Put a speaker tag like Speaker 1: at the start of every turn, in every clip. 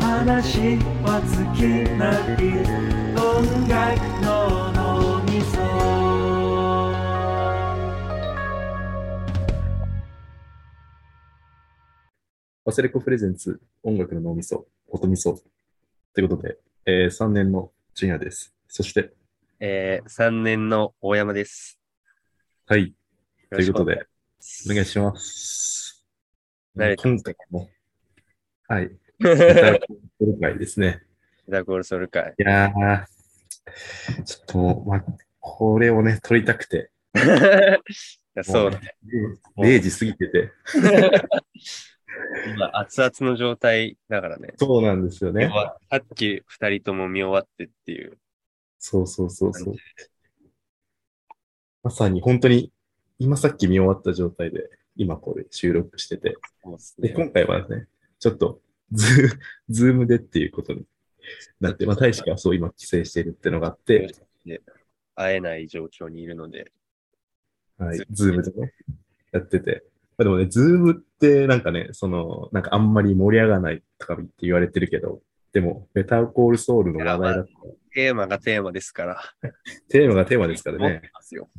Speaker 1: 話は尽きない音楽の脳みそ
Speaker 2: ワセレコプレゼンツ音楽の脳みそ、音みそ。ということで、えー、3年の純也です。そして、
Speaker 3: えー、3年の大山です。
Speaker 2: はい、
Speaker 3: よ
Speaker 2: と
Speaker 3: ろ
Speaker 2: い
Speaker 3: し
Speaker 2: う
Speaker 3: く
Speaker 2: ことで、お願い
Speaker 3: し
Speaker 2: します。
Speaker 3: 慣れてま
Speaker 2: 今
Speaker 3: すね
Speaker 2: 回も、 はい、
Speaker 3: ます。
Speaker 2: メタル今回ですね。
Speaker 3: ダークオールソウル会。
Speaker 2: いやー、ちょっともう、まあ、これをね、撮りたくて、
Speaker 3: いやそうね。
Speaker 2: もう0時過ぎてて、
Speaker 3: 今、熱々の状態だからね。
Speaker 2: そうなんですよね。
Speaker 3: さっき2人とも見終わってっていう。
Speaker 2: そうそうそうそう。まさに本当に、今さっき見終わった状態で、今これ収録してて、
Speaker 3: そうっす
Speaker 2: で、
Speaker 3: ね
Speaker 2: 今回はね、ちょっとズ、ズームでっていうことになって、まあ、大使がそう今帰省しているってのがあって、
Speaker 3: で会えない状況にいるので。
Speaker 2: はい、ズームでね、やってて。まあ、でもね、ズームってなんかね、その、なんかあんまり盛り上がらないとかって言われてるけど、でも、メタルコールソウルの話題だったら
Speaker 3: テーマがテーマですから。
Speaker 2: テーマがテーマですから
Speaker 3: 持っ
Speaker 2: ね
Speaker 3: て、ますよ。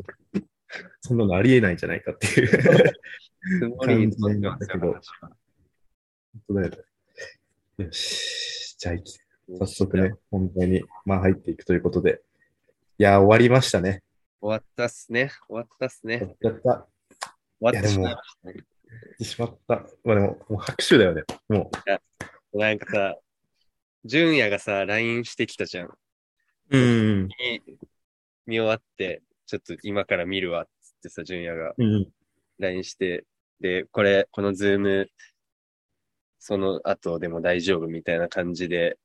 Speaker 2: そんなのありえないんじゃないかって いう。
Speaker 3: すごい持ってますよ
Speaker 2: 感じなんだ本当だよねよし。じゃあ、早速ね、本題に、まあ、入っていくということで。いやー、終わりましたね。
Speaker 3: 終わったっすね。終わったっすね。
Speaker 2: やった。
Speaker 3: 終わって
Speaker 2: いやで
Speaker 3: し
Speaker 2: も
Speaker 3: まいましたね。
Speaker 2: ってしまった。まあでも、もう拍手だよね。も
Speaker 3: なんかさ、純也がさ、LINE してきたじゃん。
Speaker 2: う。うん。
Speaker 3: 見終わって、ちょっと今から見るわっつってさ、純也が
Speaker 2: うん。
Speaker 3: LINE して、で、これ、このズーム、その後でも大丈夫みたいな感じで、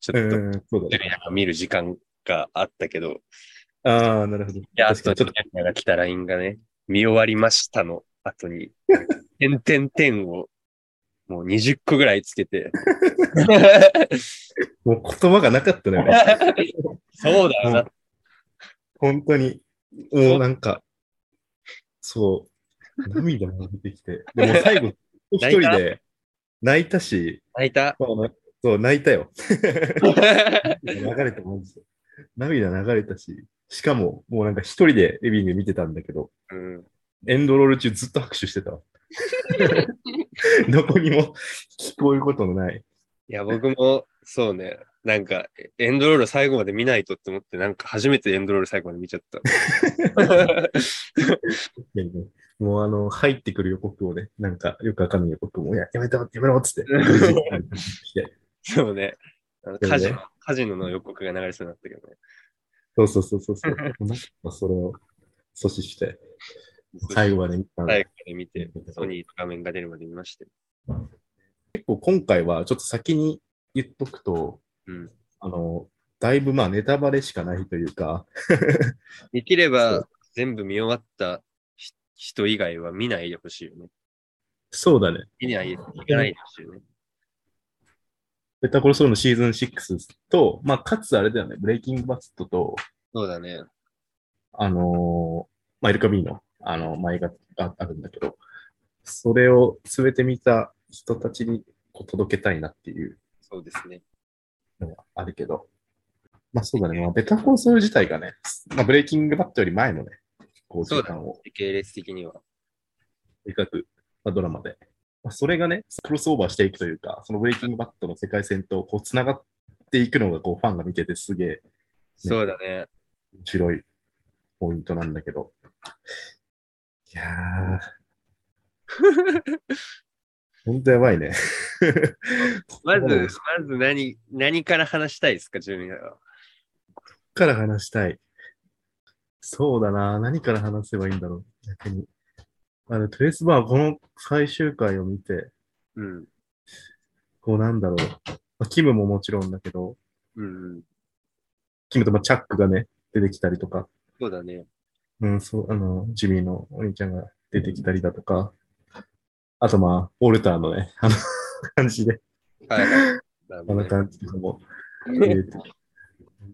Speaker 3: ちょっと純
Speaker 2: そうだね。
Speaker 3: 也が見る時間があったけど、い
Speaker 2: ああ、なるほど。い
Speaker 3: や、あ
Speaker 2: 確か
Speaker 3: と
Speaker 2: にちょ
Speaker 3: 純
Speaker 2: っと、
Speaker 3: 也が来た LINE がね、見終わりましたの後に、点点点をもう20個ぐらいつ けて、
Speaker 2: もう言葉がなかったのよね。
Speaker 3: そうだよな。
Speaker 2: 本当に。もうなんか、そう、涙が出てきて。でも最後、一人で泣いたし、
Speaker 3: 泣 いた
Speaker 2: まあそう、泣いたよ。流れたもんですよ。涙流れたし、しかも、もうなんか一人でリビング見てたんだけど、
Speaker 3: うん
Speaker 2: エンドロール中ずっと拍手してた わ。どこにも 聞こえることのない。
Speaker 3: いや、僕も、そうね。なんか、エンドロール最後まで見ないとって思って、なんか初めてエンドロール最後まで見ちゃった。
Speaker 2: もうあの、入ってくる予告をね、なんかよくわかんない予告も、いや、やめろ、やめろっ つって。
Speaker 3: そうね。あの
Speaker 2: そうね
Speaker 3: カジノ、カジノの予告が流れそうになったけどね。
Speaker 2: そうそうそうそうそう。なんかそれを阻止して、最後まで見たんだ
Speaker 3: 最後まで見て、ソニーの画面が出るまで見まして。
Speaker 2: 結構今回はちょっと先に言っとくと、
Speaker 3: うん。
Speaker 2: あの、だいぶまあネタバレしかないというか、
Speaker 3: できれ
Speaker 2: そ
Speaker 3: ば
Speaker 2: う、
Speaker 3: 全部見終わったひ人以外は見ないでほしいよね。
Speaker 2: そうだね。
Speaker 3: 見ない、見ないでほしいよね。
Speaker 2: ベタコロソウルのシーズン6と、まあ、かつあれだよね、ブレイキングバストと、
Speaker 3: そうだね。
Speaker 2: あのーまあ、エルカビーの、あの、前がああるんだけど、それを全て見た人たちにこう届けたいなっていう
Speaker 3: そうですね。
Speaker 2: のがあるけど、まあそうだね、まあ、ベタコロソウル自体がね、まあ、ブレイキングバットより前のね、こう、
Speaker 3: そう
Speaker 2: 時
Speaker 3: だ
Speaker 2: 間を
Speaker 3: 系列的には。
Speaker 2: 描く、まあ、ドラマで、まあ、それがね、クロスオーバーしていくというか、そのブレイキングバットの世界線とこう、つながっていくのが、こう、ファンが見ててすげえ
Speaker 3: そうだね。
Speaker 2: 面白いポイントなんだけど。いやー、ほんとやばいね。
Speaker 3: まず、
Speaker 2: そう
Speaker 3: ま
Speaker 2: で
Speaker 3: ず
Speaker 2: す
Speaker 3: 何、何から話したいですか、純也は。
Speaker 2: から話したい。そうだな、何から話せばいいんだろう、逆に。あの、トレースバー、この最終回を見て、
Speaker 3: うん。
Speaker 2: こうなんだろう。まあ、キムももちろんだけど、
Speaker 3: うんうん。
Speaker 2: キムとまあチャックがね、出てきたりとか、
Speaker 3: そうだね。
Speaker 2: うん、そう、あの、ジミーのお兄ちゃんが出てきたりだとか、あとまあ、ウォルターのね、 あの、感じで、
Speaker 3: はいはい。だ
Speaker 2: こ
Speaker 3: も
Speaker 2: ん
Speaker 3: ん
Speaker 2: な
Speaker 3: ね
Speaker 2: 感じでも、えーと本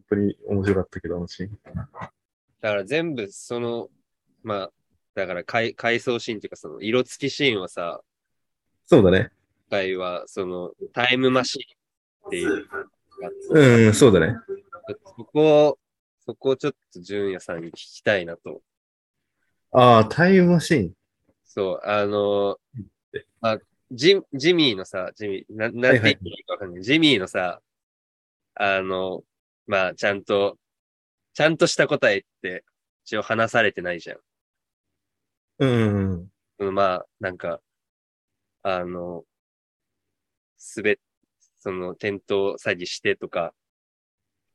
Speaker 2: 当に面白かったけど、あのシーン。
Speaker 3: だから全部その、まあ、だから回回想シーンっていうかその色付きシーンはさ、
Speaker 2: そうだね。
Speaker 3: 回は、その、タイムマシーンっていう。
Speaker 2: うん、そうだね。
Speaker 3: そこを、そこをちょっと純也さんに聞きたいなと。
Speaker 2: ああ、タイムマシーン。
Speaker 3: そう、あのー、あ、ジジミーのさ、ジミー、ななんて言っていいかわかんない。ジミーのさ、あの、まあ、ちゃんと、ちゃんとした答えって、一応話されてないじゃん。
Speaker 2: うんうんうん。
Speaker 3: うん、まあ、なんか、あの、すべ、その、転倒詐欺してとか、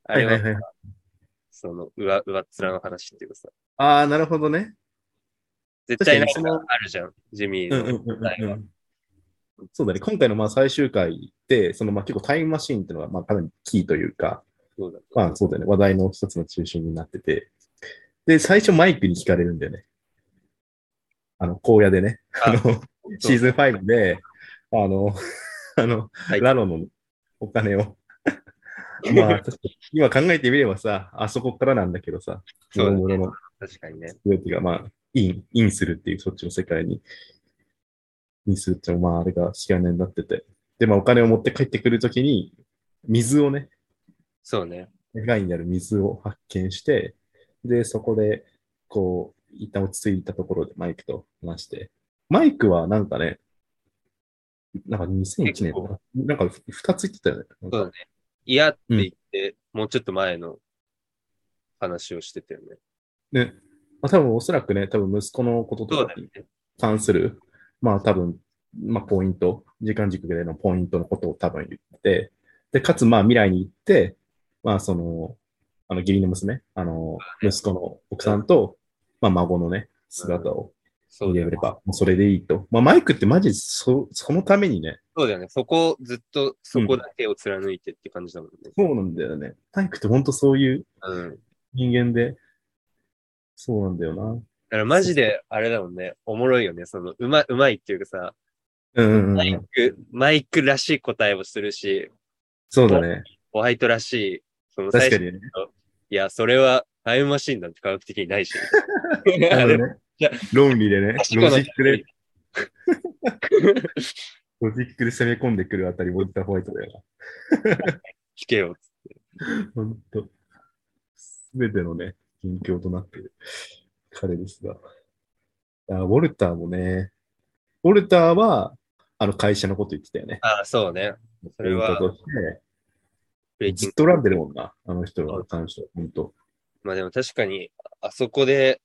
Speaker 3: あ
Speaker 2: はい
Speaker 3: れは、
Speaker 2: はいはい。
Speaker 3: その、上、上っ面の話っていうかさ、
Speaker 2: ああ、なるほどね。
Speaker 3: 絶対なん
Speaker 2: 確かにそ
Speaker 3: かあるじゃん、ジミー
Speaker 2: うんうん
Speaker 3: の。
Speaker 2: うんうんうん。そうだね。今回のまあ最終回で、そのまあ結構タイムマシーンっていうのがまあかなりキーというか、
Speaker 3: そうだね
Speaker 2: まあそうだよね。話題の一つの中心になってて。で、最初マイクに聞かれるんだよね。あの、荒野でね。
Speaker 3: あ
Speaker 2: あの、シーズン5で、あの、 あの、
Speaker 3: い
Speaker 2: ラロのお金を。まあ、 確かに今考えてみればさ、あそこからなんだけどさ、
Speaker 3: そうだね
Speaker 2: もろもろの
Speaker 3: 確かにね。
Speaker 2: 全てが、まあ、イン、インするっていう、そっちの世界に、インするっていうのはまあ、あれが引き金になってて。で、まあ、お金を持って帰ってくるときに、水をね、
Speaker 3: そうね。
Speaker 2: ガイになる水を発見して、で、そこで、こう、一旦落ち着いたところでマイクと話して、マイクはなんかね、なんか2001
Speaker 3: 結
Speaker 2: 年
Speaker 3: 構、
Speaker 2: なんか2つ言ってたよね。なんか
Speaker 3: そうだね。嫌って言って、もうちょっと前の話をしてたよね。
Speaker 2: ね、まあ、多分おそらくね、多分息子のこと
Speaker 3: そ
Speaker 2: と
Speaker 3: う
Speaker 2: か
Speaker 3: だよ
Speaker 2: に
Speaker 3: ね。
Speaker 2: 関する、まあ多分、まあポイント、時間軸でのポイントのことを多分言って、で、かつまあ未来に行って、まあその、あの義理の娘、あの、息子の奥さんと、まあ孫のね、姿を
Speaker 3: そう
Speaker 2: 見
Speaker 3: だ
Speaker 2: れ
Speaker 3: よね
Speaker 2: れば、もうそれでいいと。まあマイクってマジそ、そのためにね、
Speaker 3: そうだよね。そこをずっとそこだけを貫いてって感じだもんね。
Speaker 2: そうなんだよね。マイクって本当そういう
Speaker 3: うん。だ
Speaker 2: 人間で、そうなんだよな。
Speaker 3: からマジで、あれだもんね。おもろいよね。その、うま、うまいっていうかさ、
Speaker 2: うんうんう
Speaker 3: マイ
Speaker 2: ん。
Speaker 3: ク、マイクらしい答えをするし、
Speaker 2: そうだね。
Speaker 3: ホワイトらしい、その
Speaker 2: 確か
Speaker 3: に。
Speaker 2: にね。
Speaker 3: いや、それはタイムマシンなんて科学的 にないし。
Speaker 2: あ
Speaker 3: あ
Speaker 2: の
Speaker 3: れ
Speaker 2: ね
Speaker 3: じゃ、
Speaker 2: 論理でね、ロジックで、。ロジックで攻め込んでくるあたり、ウォルター・ホワイトだよ
Speaker 3: 聞けよ。
Speaker 2: な。ほんと。すべてのね、近況となっている彼ですが。あウォルターもね、ウォルターは、あの会社のこと言ってたよね。
Speaker 3: ああ、そうね。それは
Speaker 2: ポイントとして
Speaker 3: ブレイキ
Speaker 2: ず
Speaker 3: ン
Speaker 2: っと恨んでるもんな、あの人の関しては、ほんと。
Speaker 3: まあでも確かに、ああそこで、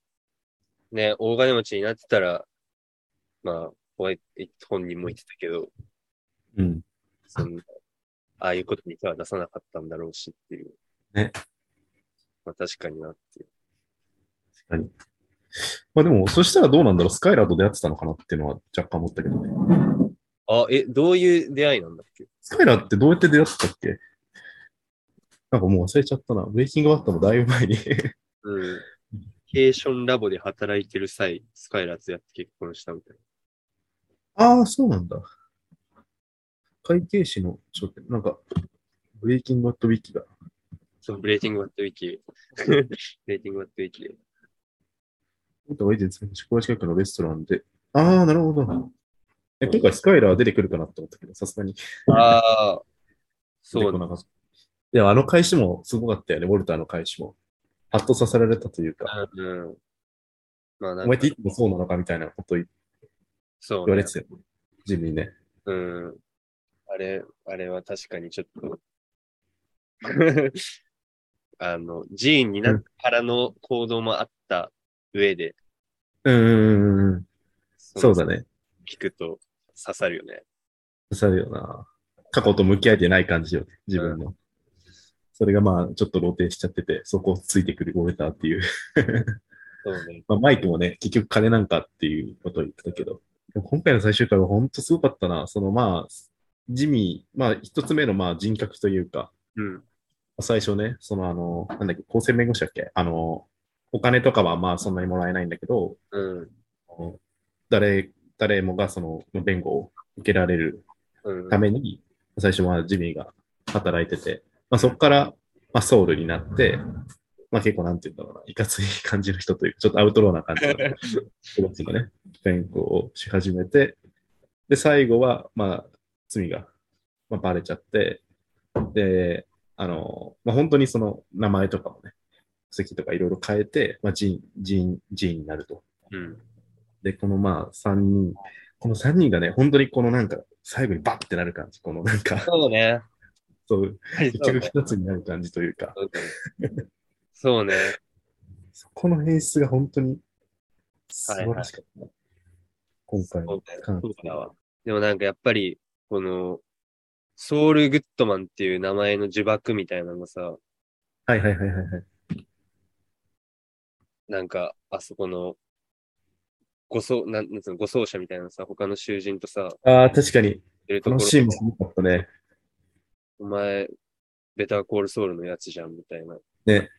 Speaker 3: ね、大金持ちになってたら、まあ、ホワイト本人も言ってたけど、
Speaker 2: うん。
Speaker 3: そのああいうことに手は出さなかったんだろうしっていう。
Speaker 2: ね。
Speaker 3: まあ確かになっていう。
Speaker 2: 確かに。まあでも、そしたらどうなんだろう、スカイラーと出会ってたのかなっていうのは若干思ったけどね。
Speaker 3: あ、え、どういう出会いなんだっけ
Speaker 2: スカイラーってどうやって出会ったっけなんかもう忘れちゃったな。ブレイキングバットもだいぶ前に
Speaker 3: うん。ケーションラボで働いてる際、スカイラーとやって結婚したみたい
Speaker 2: ああ、そうなんだ。会計士の、ちょっと待って、なんか、ブレイキングバットウィキが。
Speaker 3: な。そう、ブレイティングバットウィ キ。ブレイティングバットウィキ。
Speaker 2: 元ワイデン選手、小林近くのレストランで。ああ、なるほど。え、今回スカイラー出てくるかなと思ったけど、さすがに。
Speaker 3: ああ、そ
Speaker 2: 出て
Speaker 3: う
Speaker 2: こ
Speaker 3: ね。
Speaker 2: なかった。いや、あの返しもすごかったよね、ウォルターの返しも。ハッとさせられたというか、
Speaker 3: うん。まあな
Speaker 2: お
Speaker 3: んか
Speaker 2: 前っていつもそうなのかみたいなこと言
Speaker 3: そう、ね。
Speaker 2: われてたよね。ジミーね。
Speaker 3: うん。あれ、あれは確かにちょっと、 あの、寺院になってからの行動もあった上で、
Speaker 2: うんうんうんうん。そうだ。ね。
Speaker 3: 聞くと刺さるよね。
Speaker 2: 刺さるよな。過去と向き合えてない感じよね、自分の。それがまあ、ちょっと露呈しちゃってて、そこをついてくるウォルターっていう。
Speaker 3: そうね。
Speaker 2: まあ、マイクもね、結局金なんかっていうことを言ってたけど、でも今回の最終回は本当すごかったな。そのまあ、ジミー、まあ、一つ目のまあ人格というか、
Speaker 3: うん。
Speaker 2: 最初ね、そのあの、なんだっけ、厚生弁護士だっけあの、お金とかはまあそんなにもらえないんだけど、
Speaker 3: うん。
Speaker 2: あの誰、誰もがその弁護を受けられる
Speaker 3: うん。
Speaker 2: ために、最初はジミーが働いてて、まあ、そこから、まあ、ソウルになって、まあ、結構なんて言うんだろうな、いかつい感じの人というか、ちょっとアウトローな感じの人たちがね、弁護をし始めて、で、最後は、まあ、罪が、まあ、バレちゃって、で、あの、まあ、本当にその名前とかもね、席とかいろいろ変えて、まあ、ジン、ジン、ジンになると。
Speaker 3: うん。
Speaker 2: で、このまあ3人、この3人がね、本当にこのなんか、最後にバッてなる感じ、このなんか、
Speaker 3: そうね。
Speaker 2: そう、
Speaker 3: はい
Speaker 2: 結
Speaker 3: そう
Speaker 2: 局
Speaker 3: ね
Speaker 2: 一つになる感じというか、
Speaker 3: そうね。
Speaker 2: そこの演出が本当に素晴らしかった。今回
Speaker 3: そう
Speaker 2: の
Speaker 3: ね
Speaker 2: 感
Speaker 3: そうだわでもなんかやっぱり、この、ソウル・グッドマンっていう名前の呪縛みたいなのがさ、
Speaker 2: はいはいはいはいはい。
Speaker 3: なんか、あそこの、ごそなんなんつうの、護送者みたいなさ、他の囚人とさ、
Speaker 2: ああ、確かに、
Speaker 3: いる
Speaker 2: こと
Speaker 3: こ
Speaker 2: の
Speaker 3: ろ
Speaker 2: シーンもすごかったね。
Speaker 3: お前、ベターコールソウルのやつじゃん、みたいな。
Speaker 2: ね。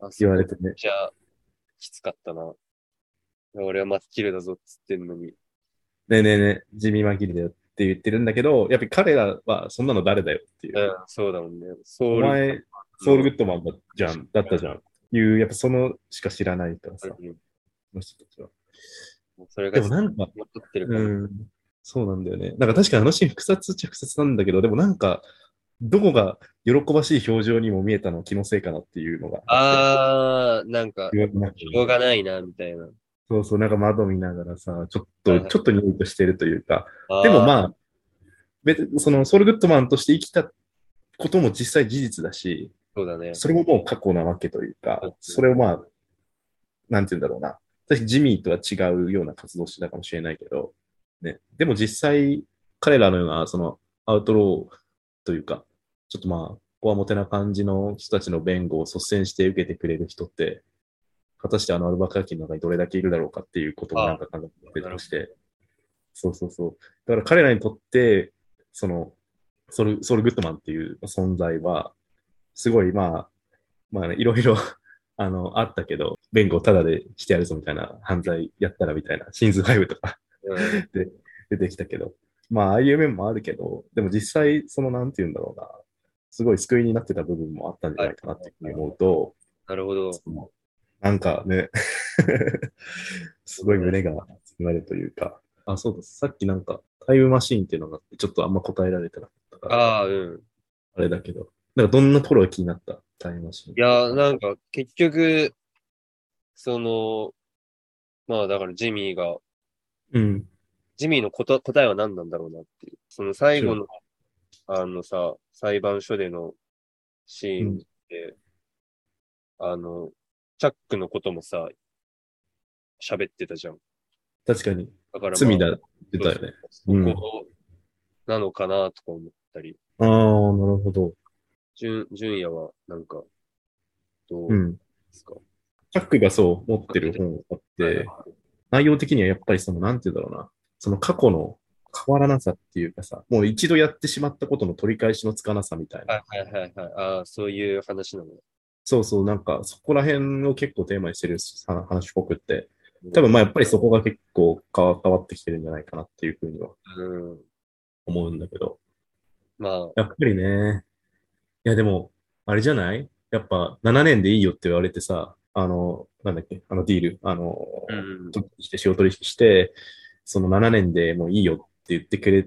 Speaker 3: あ、そ
Speaker 2: 言
Speaker 3: う
Speaker 2: われてね。
Speaker 3: じゃあ、きつかったな。俺はマッキルだぞっつってんのに。
Speaker 2: ねえねえねえ、地味紛れだよって言ってるんだけど、やっぱり彼らはそんなの誰だよっていうう。
Speaker 3: ん、そうだもんね。ソ
Speaker 2: お
Speaker 3: ウル。
Speaker 2: 前、ソウルグッドマンだじゃん、だったじゃん。いう、やっぱそのしか知らないからさ、こ
Speaker 3: うん
Speaker 2: の人たちは。
Speaker 3: もうそれが、
Speaker 2: でもなんか、
Speaker 3: 残ってるから。
Speaker 2: うん、そうなんだよね。なんか確かにあのシーン複雑っちゃ複雑なんだけど、でもなんか、どこが喜ばしい表情にも見えたのは気のせいかなっていうのがあって。
Speaker 3: あー、なんか、
Speaker 2: 言われなくて
Speaker 3: しょうがないな、みたいな。
Speaker 2: そうそう、なんか窓見ながらさ、ちょっ
Speaker 3: は
Speaker 2: と、
Speaker 3: いはい
Speaker 2: ちょっと匂いとしてるというか、
Speaker 3: あー
Speaker 2: でもまあ、別にそのソウルグッドマンとして生きたことも実際事実だし、
Speaker 3: そうだね。
Speaker 2: それももう過去なわけというか
Speaker 3: うん、
Speaker 2: それをまあ、なんて言うんだろうな。私、ジミーとは違うような活動をしてたかもしれないけど、ね。でも実際、彼らのような、その、アウトローというか、ちょっとまあ、こわもてな感じの人たちの弁護を率先して受けてくれる人って、果たしてあのアルバカーキの中にどれだけいるだろうかっていうこともなんか考えてたりして、そうそうそう。だから彼らにとって、その、ソル、ソルグッドマンっていう存在は、すごい、まあ、まあね、いろい ろ、あの、あったけど、弁護をタダでしてやるぞみたいな、犯罪やったらみたいな、シーズン5とか
Speaker 3: うん
Speaker 2: 出てきたけど、まあ、ああいう面もあるけど、でも実際、その、なんて言うんだろうな、すごい救いになってた部分もあったんじゃないかなっていうふうに思うと、
Speaker 3: なるほ ど。
Speaker 2: そのなんかね、 すごい胸が熱くなるというか、あ、そうです。さっきなんか、タイムマシーンっていうのがあって、ちょっとあんま答えられてなかったから、
Speaker 3: ああ、うん。
Speaker 2: あれだけど、なんかどんなところが気になったタイムマシーン。
Speaker 3: いや、なんか、結局、その、まあ、だから、ジミーが、
Speaker 2: うん。
Speaker 3: ジミーのこと答えは何なんだろうなっていう。その最後の、あのさ、裁判所でのシーンで、あの、チャックのこともさ、喋ってたじゃん。
Speaker 2: 確かに、
Speaker 3: だから、まあ
Speaker 2: 罪だって言ってたよね。
Speaker 3: そこなのかなとか思ったり、
Speaker 2: ああ、なるほど。
Speaker 3: 純、純也は、なんか、どう
Speaker 2: う
Speaker 3: で
Speaker 2: ん。
Speaker 3: すか、
Speaker 2: チャックがそう持ってる本があって、内容的にはやっぱりその、なんて言うんだろうな、その過去の変わらなさっていうかさ、もう一度やってしまったことの取り返しのつかなさみたいな。
Speaker 3: はいはいはいはい。ああ、そういう話なのね。
Speaker 2: そうそう、なんかそこら辺を結構テーマにしてるさ話っぽくって、多分まあやっぱりそこが結構か変わってきてるんじゃないかなっていうふうには
Speaker 3: うん。
Speaker 2: 思うんだけど、
Speaker 3: まあ、
Speaker 2: やっぱりね、いやでも、あれじゃないやっぱ7年でいいよって言われてさ、あの、なんだっけ、あのディール、あの、
Speaker 3: うん。
Speaker 2: 取引して、仕事取引して、その7年でもういいよって言ってくれ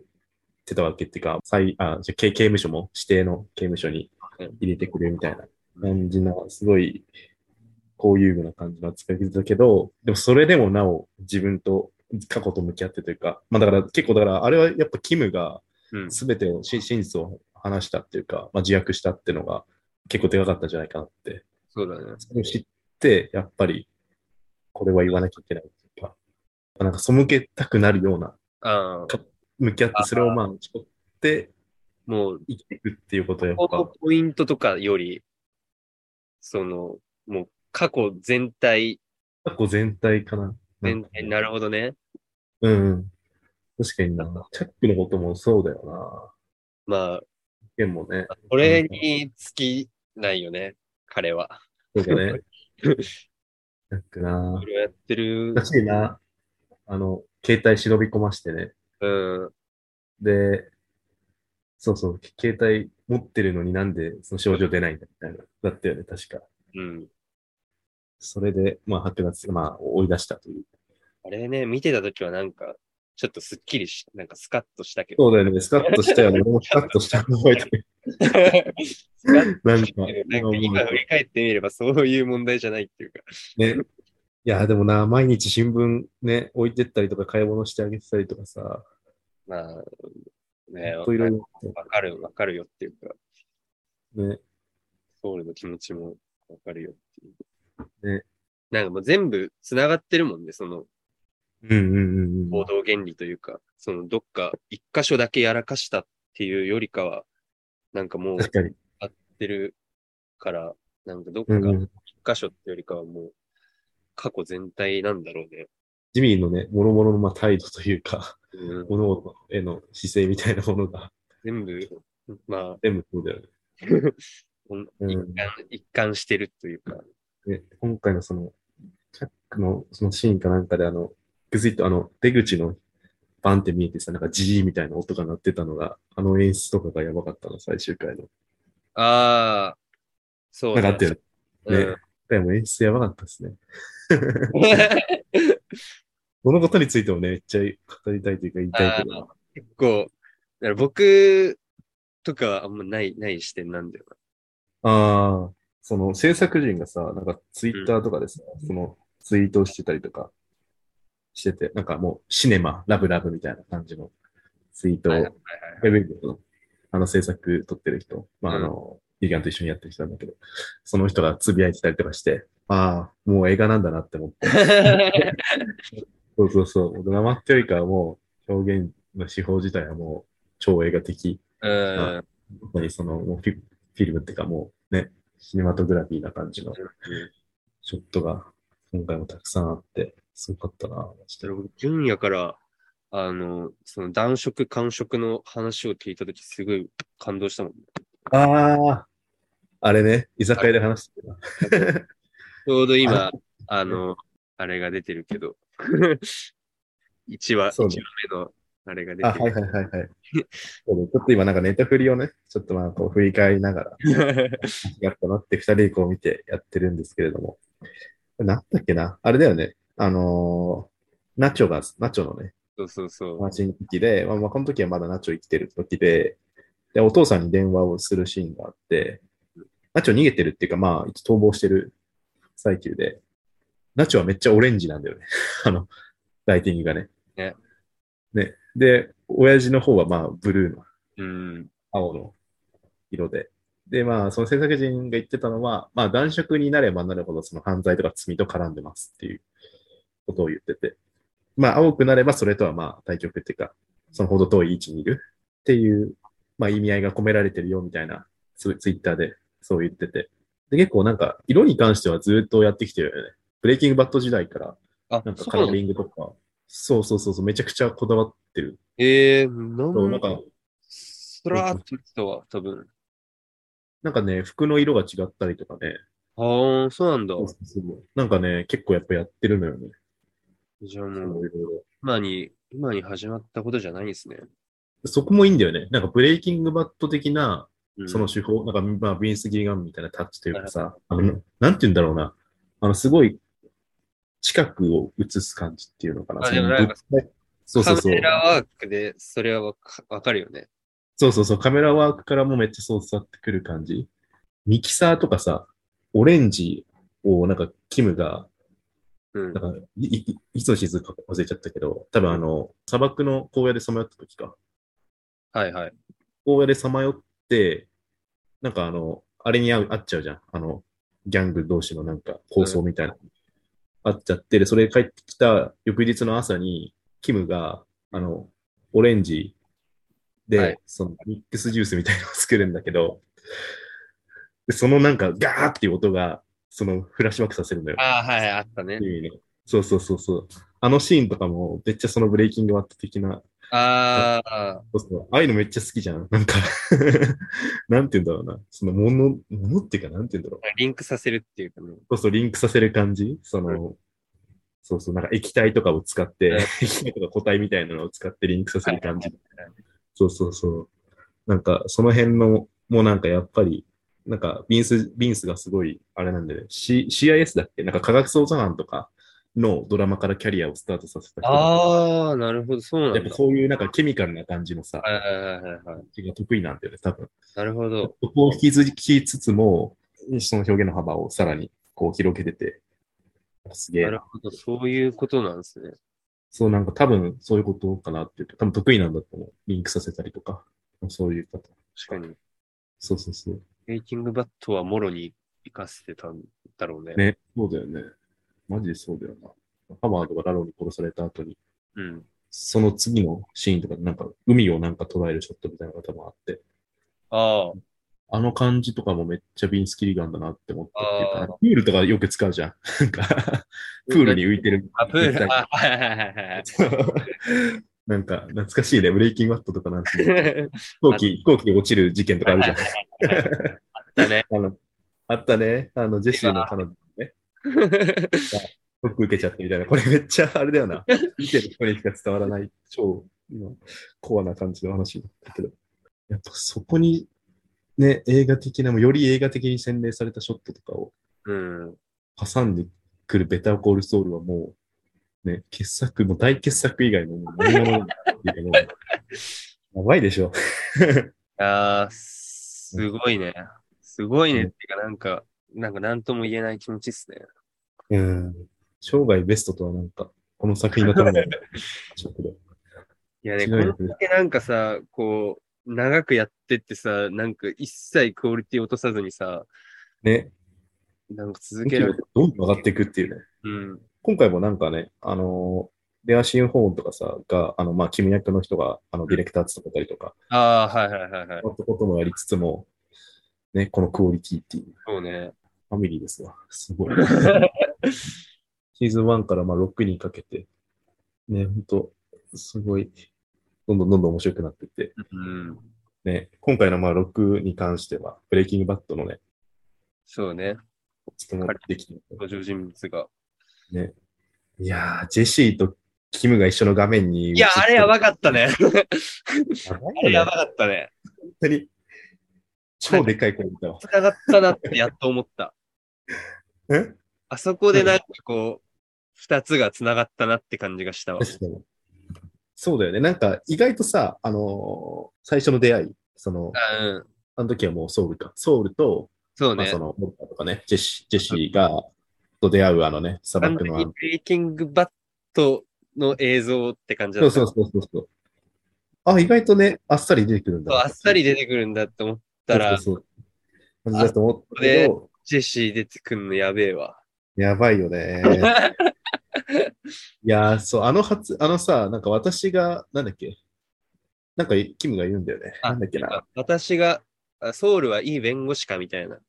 Speaker 2: てたわけっていうか、再あじゃあ刑刑務所も指定の刑務所に入れてくれみたいな感じな、すごい、こういうような感じの扱いだけど、でもそれでもなお自分と過去と向き合ってというか、まあだから結構だからあれはやっぱキムが
Speaker 3: うん。
Speaker 2: 全てを、し真実を話したっていうか、まあ自白したっていうのが結構でかかったんじゃないかなって。
Speaker 3: そうだね。
Speaker 2: それを知って、やっぱり、これは言わなきゃいけないっていうか、なんか背けたくなるような、
Speaker 3: ああ、
Speaker 2: 向き合って、それをまあ、打ち取って
Speaker 3: もう、
Speaker 2: 生きていくっていうことはやっ
Speaker 3: この
Speaker 2: ぱ、
Speaker 3: ポイントとかより、その、もう過去全体、
Speaker 2: 過去全体かな。
Speaker 3: 全体、なるほどね。
Speaker 2: うんうん。確かにな。チャックのこともそうだよ
Speaker 3: ま
Speaker 2: な。ケンもね。
Speaker 3: あ、これに尽きないよね、彼は。
Speaker 2: そうだね。チャックない
Speaker 3: ろいろやってる
Speaker 2: 難。しいな。あの、携帯忍び込ましてね。
Speaker 3: うん。
Speaker 2: で、そうそう、携帯持ってるのになんでその症状出ないんだみたいな。だったよね、確か。
Speaker 3: うん。
Speaker 2: それで、まあ、剥奪、まあ、追い出したという。
Speaker 3: あれね、見てたときはなんか、ちょっとすっきりし、なんかスカッとしたけど。
Speaker 2: そうだよね。スカッとしたよね。俺もスカッとしたの覚えてる。
Speaker 3: スカッとし て
Speaker 2: なんか、
Speaker 3: るなんか今振り返ってみればそういう問題じゃないっていうか。
Speaker 2: ね。いや、でもな、毎日新聞ね、置いてったりとか、買い物してあげてたりとかさ、
Speaker 3: まあ、ね、
Speaker 2: ほんといろいろ
Speaker 3: わかる、わかるよっていうか、
Speaker 2: ね、
Speaker 3: ソウルの気持ちもわかるよっていう。
Speaker 2: ね。
Speaker 3: なんかもう全部繋がってるもんね、その
Speaker 2: うんうんうんうん
Speaker 3: 行動原理というか、そのどっか一箇所だけやらかしたっていうよりかは、なんかもうや
Speaker 2: 確かに。
Speaker 3: ってるから、なんかどっか
Speaker 2: うんう
Speaker 3: 一
Speaker 2: ん
Speaker 3: 箇所ってよりかはもう過去全体なんだろうね。
Speaker 2: ジミーのね、もろもろのまあ態度というか、
Speaker 3: うん、
Speaker 2: 物事への姿勢みたいなものが
Speaker 3: 全部、まあ、
Speaker 2: 全部そうだよね。
Speaker 3: ほん
Speaker 2: うん
Speaker 3: 一貫、一貫してるというか、
Speaker 2: で今回のその、チャックのそのシーンかなんかで、あの、ぐずっとあの、出口のバンって見えてさ、なんかジーみたいな音が鳴ってたのが、あの演出とかがやばかったの、最終回の。
Speaker 3: ああ、そう
Speaker 2: なんかあったよ
Speaker 3: ね
Speaker 2: ね。ねでも演出やばかったですね。
Speaker 3: うん
Speaker 2: 物事についてもね、めっちゃ語りたいというか言いたいけど。
Speaker 3: 結構、だから僕とかはあんまない、ない視点なんだよ
Speaker 2: ああ、その制作人がさ、なんかツイッターとかでさ、そのツイートをしてたりとかしてて、なんかもうシネマ、ラブラブみたいな感じのツイートを、
Speaker 3: な。
Speaker 2: ウ
Speaker 3: は
Speaker 2: ェ
Speaker 3: いはいはい
Speaker 2: ブイベントのあの制作撮ってる人、まああ
Speaker 3: うん
Speaker 2: の、ギガンと一緒にやってる人なんだけど、その人がつぶやいてたりとかして、ああ、もう映画なんだなって思って。 そうそうそう、ドラマってよりかはもう表現の手法自体はもう超映画的。
Speaker 3: うん
Speaker 2: 本当にそのもうフィフィルムっていうかもうね、シネマトグラフィーな感じのショットが今回もたくさんあって、すごかったな。
Speaker 3: それ僕、純也から、あの、その、暖色、寒色の話を聞いたとき、すごい感動したもん。
Speaker 2: ああ、あれね、居酒屋で話してた。
Speaker 3: ちょうど今、あの、あれが出てるけど、1話、
Speaker 2: そうね
Speaker 3: 一話目の、あれが
Speaker 2: あ、
Speaker 3: 出
Speaker 2: はいはいはいはい。そうねちょっと今なんかネタ振りをね、ちょっとまあこう振り返りながら、
Speaker 3: てる。
Speaker 2: やったなって二人でこう見てやってるんですけれども。なんだっけなあれだよね。あのーナチョが、ナチョのね、
Speaker 3: そうそうそう。
Speaker 2: 友達の時で、まあ、まあこの時はまだナチョ生きてる時で、で、お父さんに電話をするシーンがあって、ナチョ逃げてるっていうか、まあ、一応逃亡してる最中で、ナチョはめっちゃオレンジなんだよね。 あの、ライティングがね。
Speaker 3: ね。
Speaker 2: ね。で、親父の方はまあ、ブルーの、
Speaker 3: うん。
Speaker 2: 青の色で。で、まあ、その制作人が言ってたのは、まあ、男色になればなるほど、その犯罪とか罪と絡んでますっていうことを言ってて、まあ、青くなればそれとはまあ、対極っていうか、そのほど遠い位置にいるっていう、まあ、意味合いが込められてるよみたいな、ツツイッターでそう言ってて。で、結構なんか、色に関してはずっとやってきてるよね。ブレイキングバット時代から、
Speaker 3: あ
Speaker 2: なん、かカ
Speaker 3: そう
Speaker 2: ラ
Speaker 3: な
Speaker 2: ー
Speaker 3: の
Speaker 2: リングとか、そうそうそうそう、めちゃくちゃこだわってる。
Speaker 3: ええー、
Speaker 2: そう
Speaker 3: な
Speaker 2: なん
Speaker 3: ん
Speaker 2: か
Speaker 3: か、スラーっと人は、多分。
Speaker 2: なんかね、服の色が違ったりとかね、
Speaker 3: ああ、そうなんだ。
Speaker 2: なんかね、結構やっぱやってるのよね。
Speaker 3: じゃあ
Speaker 2: そ
Speaker 3: もう、
Speaker 2: のいろいろ
Speaker 3: 今に、今に始まったことじゃないんですね。
Speaker 2: そこもいいんだよね。なんかブレイキングバット的な、
Speaker 3: うん
Speaker 2: その手法、なんか、まあ、ビンス・ギリガンみたいなタッチというかさ、あの、なんて言うんだろうな。あの、すごい、近くを映す感じっていうのかな。
Speaker 3: あ
Speaker 2: そ
Speaker 3: でも
Speaker 2: の
Speaker 3: なんか
Speaker 2: 物体そうそう
Speaker 3: カ
Speaker 2: そう
Speaker 3: メ。ラワークで、それはわかわかるよね。
Speaker 2: そうそうそう。カメラワークからもめっちゃそう伝わってくる感じ。ミキサーとかさ、オレンジをなんか、キムが
Speaker 3: うん。
Speaker 2: なんかいいいつのシーズンか忘れちゃったけど、多分あの、砂漠の荒野でさまよった時か。
Speaker 3: はいはい。
Speaker 2: 荒野でさまよって、なんかあの、あれに合う合っちゃうじゃん。あの、ギャング同士のなんか構想みたいな。合っちゃって、で、それ帰ってきた翌日の朝に、キムが、あの、オレンジで、
Speaker 3: はい
Speaker 2: そのミックスジュースみたいなのを作るんだけど、でそのなんかガーっていう音が、そのフラッシュバックさせるんだよ。
Speaker 3: ああ、はいはい、あったね
Speaker 2: って。いうねそうそうそうそう。あのシーンとかも、めっちゃそのブレイキングバット的な、
Speaker 3: ああ、
Speaker 2: そうそうああいうのめっちゃ好きじゃん。なんか、 なんて言うんだろうな。そのもの、ものっていうか、なんて言うんだろう。
Speaker 3: リンクさせるっていうかね。
Speaker 2: そうそう、リンクさせる感じその、そうそう、なんか液体とかを使っ
Speaker 3: うん
Speaker 2: て、 液体とか固体みたいなのを使ってリンクさせる感じ
Speaker 3: はい。
Speaker 2: そうそうそう。なんか、その辺の、もうなんかやっぱり、なんか、ビンス、ビンスがすごい、あれなんだよね。C、CIS だっけなんか科学捜査班とかのドラマからキャリアをスタートさせた人だから
Speaker 3: ああ、なるほど、そうな
Speaker 2: やっ
Speaker 3: ん
Speaker 2: ぱ
Speaker 3: だ。
Speaker 2: そういうなんかケミカルな感じのさ、
Speaker 3: はいはいはいはい。
Speaker 2: が得意なんだよね、多分。
Speaker 3: なるほど。
Speaker 2: そこを引き続きつつも、その表現の幅をさらにこう広げてて、すげえ
Speaker 3: なるほど、そういうことなんですね。
Speaker 2: そう、なんか多分そういうことかなっていうと、多分得意なんだと思う。リンクさせたりとか、そういう方。
Speaker 3: 確かに。
Speaker 2: そうそうそう。
Speaker 3: テイキングバットはもろに活かせてたんだろうね。
Speaker 2: ね、そうだよね。マジでそうだよな。ハワードがラロに殺された後に、
Speaker 3: うん。
Speaker 2: その次のシーンとかで、なんか海をなんか捉えるショットみたいなのが多分あって、
Speaker 3: ああ、
Speaker 2: あの感じとかもめっちゃビンス・キリガンだなって思ったっていうか、
Speaker 3: あー
Speaker 2: プールとかよく使うじゃん。なんか、プールに浮いてる。
Speaker 3: あ、プール、
Speaker 2: 絶
Speaker 3: あ、はいはいはい
Speaker 2: 対 なんか、懐かしいね。ブレイキングバットとかなんですけど、飛
Speaker 3: はい。
Speaker 2: 行機、飛行機で落ちる事件とかあるじゃん。
Speaker 3: だね。
Speaker 2: あの、あったね。あの、ジェシーの彼女ね、ショック受けちゃってみたいな。これめっちゃあれだよな。見てる人にしか伝わらない、超、今、コアな感じの話だったけど。やっぱそこに、ね、映画的な、もうより映画的に洗練されたショットとかを
Speaker 3: うん。
Speaker 2: 挟んでくるベターコールソウルはもう、ね、傑作、もう大傑作以外のもう何物っていうかもうやばいでしょ。
Speaker 3: ああ、すごいね。すごいね。っていうか、なんか、なんか何とも言えない気持ちっすね。
Speaker 2: うん。生涯ベストとはなんか、この作品のため のショットで。
Speaker 3: いやね、
Speaker 2: 違
Speaker 3: こ
Speaker 2: うよ
Speaker 3: れだけなんかさ、こう、長くやってってさ、なんか一切クオリティ落とさずにさ、
Speaker 2: ね、
Speaker 3: なんか続
Speaker 2: 向
Speaker 3: け
Speaker 2: き
Speaker 3: ら
Speaker 2: を
Speaker 3: れる。
Speaker 2: どんどん上がっていくっていうね。
Speaker 3: うん。
Speaker 2: 今回もなんかね、あのーレアシーンホーンとかさ、が、あの、まあ、君役の人が、あの、ディレクター務めたりとか、
Speaker 3: ああ、はいはいはいはい。
Speaker 2: そういったこともやりつつも、ね、このクオリティっていう、
Speaker 3: そうね。
Speaker 2: ファミリーですわ。すご い。シーズン1からまあ6にかけて、ね、ほんと、すごい、どんどんどんどん面白くなっていって、
Speaker 3: うん。
Speaker 2: ね、今回のまあ6に関しては、ブレイキングバットのね、
Speaker 3: そうね。
Speaker 2: 務めてきて、
Speaker 3: 登場人物が。
Speaker 2: いやー、ジェシーとキムが一緒の画面に映っ
Speaker 3: い
Speaker 2: て
Speaker 3: や
Speaker 2: る。、
Speaker 3: あれやばかったね。
Speaker 2: やばいよね。
Speaker 3: あれやばかったね。
Speaker 2: 本当に、超でかい声見たわ。
Speaker 3: 繋がったなってやっと思った。
Speaker 2: え
Speaker 3: あそこでなんかこう、二つが繋がったなって感じがしたわ。
Speaker 2: 確かに。そうだよね。なんか、意外とさ、あのー最初の出会い、その、
Speaker 3: あうん。
Speaker 2: あの時はもうソウルか。ソウルと、
Speaker 3: そう
Speaker 2: まあ、
Speaker 3: ね
Speaker 2: そ。の、モルカとかね、ジェシジェシーが、と出会うあのね、砂
Speaker 3: あの
Speaker 2: 漠
Speaker 3: 時、
Speaker 2: のあの
Speaker 3: ブレイキングバットの映像って感じだ
Speaker 2: そ
Speaker 3: っ
Speaker 2: う
Speaker 3: た。
Speaker 2: そうそうそうそう。あ、意外とね、あっさり出てくるんだ
Speaker 3: そう
Speaker 2: な。
Speaker 3: あっさり出てくるんだって思ったら、
Speaker 2: そうそうそう感じだと思ったけど、
Speaker 3: ジェシー出てくんのやべえわ。
Speaker 2: やばいよね。 いやー、そう、あの初、あのさ、なんか私が、なんだっけなんか、キムが言うんだよね。
Speaker 3: あ
Speaker 2: なんだっけな。
Speaker 3: 私が、あソウルはいい弁護士かみたいな。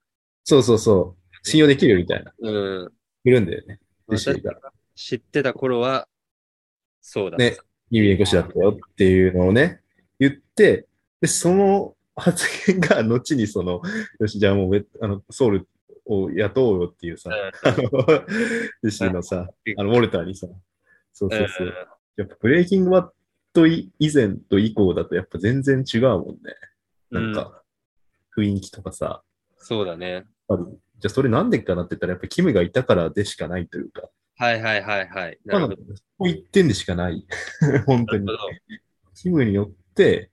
Speaker 2: そうそうそう。信用できるみたいな。
Speaker 3: うん。
Speaker 2: 言うんだよね。ジェシ
Speaker 3: 私
Speaker 2: ー
Speaker 3: が
Speaker 2: が。
Speaker 3: 知ってた頃は、そうだ。
Speaker 2: ね、いい弁護士だったよっていうのをね、言って、で、その発言が後にその、よし、じゃあもうウェ、あの、ソウルを雇おうよっていうさ、
Speaker 3: うん
Speaker 2: あの、 ジェシーのさ、あの、ウォルターにさ、そうそうそう。やっぱブレイキングバット以前と以降だとやっぱ全然違うもんね。なんか、雰囲気とかさ、
Speaker 3: そうだね。
Speaker 2: やっぱりじゃあそれなんでかなって言ったらやっぱキムがいたからでしかないというか、
Speaker 3: はいはいはいはい。な
Speaker 2: まあな
Speaker 3: るほ
Speaker 2: ん
Speaker 3: ど
Speaker 2: か。こう一点でしかない。 本当に
Speaker 3: なる。ほど
Speaker 2: キムによって、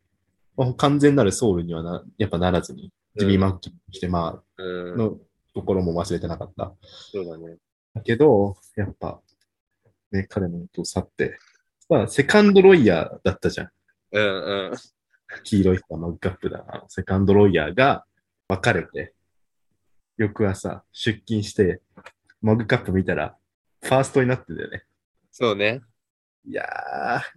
Speaker 2: まあ完全なるソウルにはな、やっぱならずに、ジビー・
Speaker 3: うん
Speaker 2: マッキーとして、まあ、
Speaker 3: うん、
Speaker 2: のところも忘れてなかった。
Speaker 3: そうだね。
Speaker 2: だけど、やっぱ、ね、彼のことを去って、まあ、セカンドロイヤーだったじゃん。
Speaker 3: うんうん。
Speaker 2: 黄色い人のガップだ。あのセカンドロイヤーが別れて、翌朝出勤して、マグカップ見たら、ファーストになってたよね。
Speaker 3: そうね。
Speaker 2: いやー、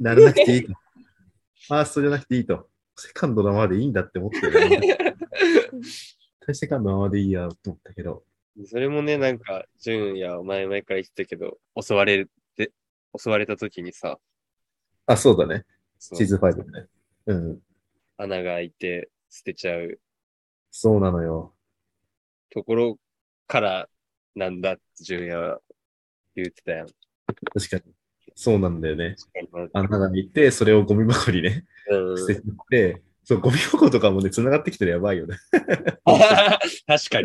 Speaker 2: ならなくていいと。ファーストじゃなくていいと。セカンドのままでいいんだって思ってる、ね。絶対セカンドのままでいいやと思ったけど。
Speaker 3: それもね、なんか、純也、前々から言ってたけど、襲われるって、襲われた時にさ、
Speaker 2: あ、そうだね。
Speaker 3: そう
Speaker 2: シーズン5ね。うん。
Speaker 3: 穴が開いて捨てちゃう
Speaker 2: そうなのよ。
Speaker 3: ところからなんだって純也は言ってたやん。
Speaker 2: 確かに。そうなんだよね。
Speaker 3: う
Speaker 2: 穴が開いて、それをゴミ箱にね、
Speaker 3: ん、
Speaker 2: 捨てて、そう、ゴミ箱とかもね、繋がってきてるやばいよね。
Speaker 3: 確かに。確か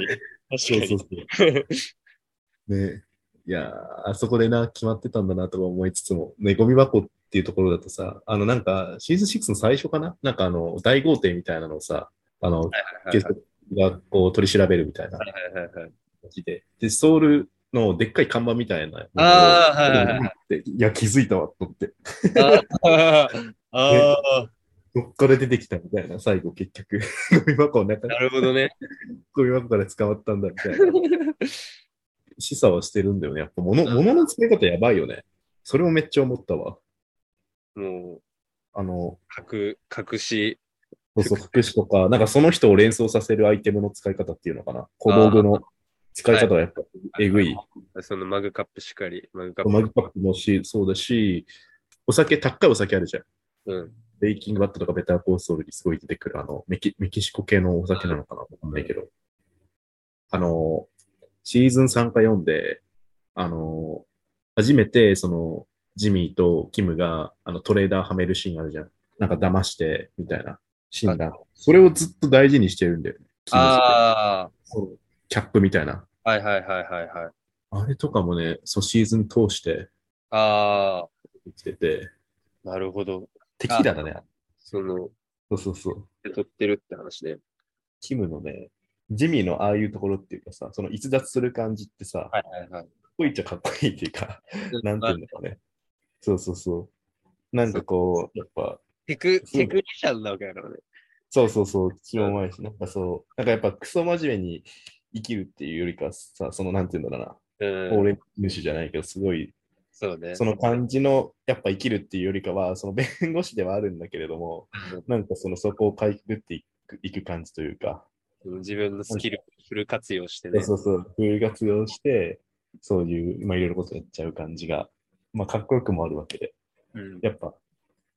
Speaker 2: そう
Speaker 3: に。
Speaker 2: そうそう。ねいやー、あそこでな、決まってたんだなとか思いつつも、ね、ゴミ箱っていうところだとさ、あの、なんか、シーズン6の最初かななんかあの、大豪邸みたいなのをさ、あの、
Speaker 3: はい
Speaker 2: 警察がこう取り調べるみたいな感
Speaker 3: はいはい はい。
Speaker 2: じで、で、ソウルのでっかい看板みたいな。。
Speaker 3: あーはいはい はい
Speaker 2: いや、気づいたわ、と思って。
Speaker 3: あーあ
Speaker 2: どっから出てきたみたいな、最後結局。 ゴミ箱の中に
Speaker 3: ー、な、るほどね。
Speaker 2: ゴミ箱から捕まったんだ、み たいな。示唆はしてるんだよね。やっぱ物、物の詰め方やばいよね。それもめっちゃ思ったわ。
Speaker 3: もう、
Speaker 2: あの、
Speaker 3: 隠、隠し、
Speaker 2: そうそう、福祉とか、なんかその人を連想させるアイテムの使い方っていうのかな。小道具の使い方はやっぱえぐい。
Speaker 3: そのマグカップしかり、マグカップ。
Speaker 2: マグパックもし、そうだし、お酒、高いお酒あるじゃん。
Speaker 3: うん。
Speaker 2: ベイキングバットとかベターコーストールにすごい出てくる、あの、メキメキシコ系のお酒なのかなわかんないけど。あの、シーズン3か4で、あの、初めて、その、ジミーとキムが、あの、トレーダーはめるシーンあるじゃん。なんか騙して、みたいなシーンが。それをずっと大事にしてるんだよね。キム
Speaker 3: あ
Speaker 2: そうキャップみたいな。
Speaker 3: あ、はいはいはいはいはい。
Speaker 2: あれとかもね、そう、シーズン通して
Speaker 3: あ
Speaker 2: 生きてて、
Speaker 3: あ、なるほど。
Speaker 2: テキーラだね。
Speaker 3: その、
Speaker 2: そうそうそう。
Speaker 3: 取ってるって話ね。
Speaker 2: キムのね、ジミーのああいうところっていうかさ、その逸脱する感じってさ、かっ
Speaker 3: はいはいはい。
Speaker 2: こいいっちゃかっこいいっていうか、なんていうんだろうね。そうそうそう。なんかこう、やっぱ、
Speaker 3: テク、テクニシャンなわけだからね。
Speaker 2: そうそうそう、気もうまいし、なんかそう、なんかやっぱクソ真面目に生きるっていうよりかはさ、そのなんていうんだろうな、
Speaker 3: うん。
Speaker 2: 俺主じゃないけど、すごい、
Speaker 3: そうね。
Speaker 2: その感じの、やっぱ生きるっていうよりかは、その弁護士ではあるんだけれども、なんかそのそこをかいくぐっていくいく感じというか、
Speaker 3: 自分のスキルをフル活用して
Speaker 2: そう
Speaker 3: ね。
Speaker 2: そうそう、フル活用して、そういう、まあ、いろいろことやっちゃう感じが、まあ、かっこよくもあるわけで、
Speaker 3: うん
Speaker 2: やっぱ、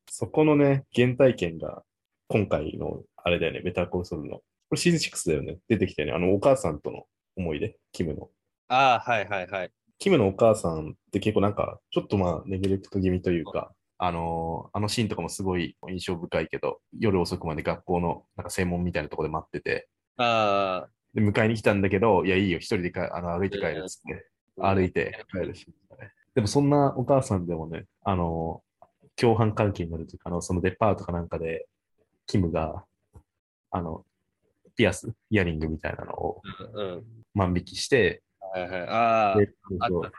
Speaker 2: そこのね、原体験が、今回の、あれだよね、ベターコールソウルの、これシーズン6だよね、出てきたよね、あの、お母さんとの思い出、キムの。
Speaker 3: ああ、はいはいはい。
Speaker 2: キムのお母さんって結構なんか、ちょっとまあ、ネグレクト気味というか、あのーあのシーンとかもすごい印象深いけど、夜遅くまで学校の、なんか正門みたいなところで待ってて、
Speaker 3: あ
Speaker 2: で、迎えに来たんだけど、いや、いいよ、一人でかあの歩いて帰るっつって、
Speaker 3: あ。
Speaker 2: 歩いて帰るし、でもそんなお母さんでもね、あの、共犯関係になるというか、あの、そのデパートかなんかで、キムが、あの、ピアス、イヤリングみたいなのを
Speaker 3: うん。うん。
Speaker 2: 万引きして、
Speaker 3: はいはい。ああ。
Speaker 2: で
Speaker 3: あ
Speaker 2: そう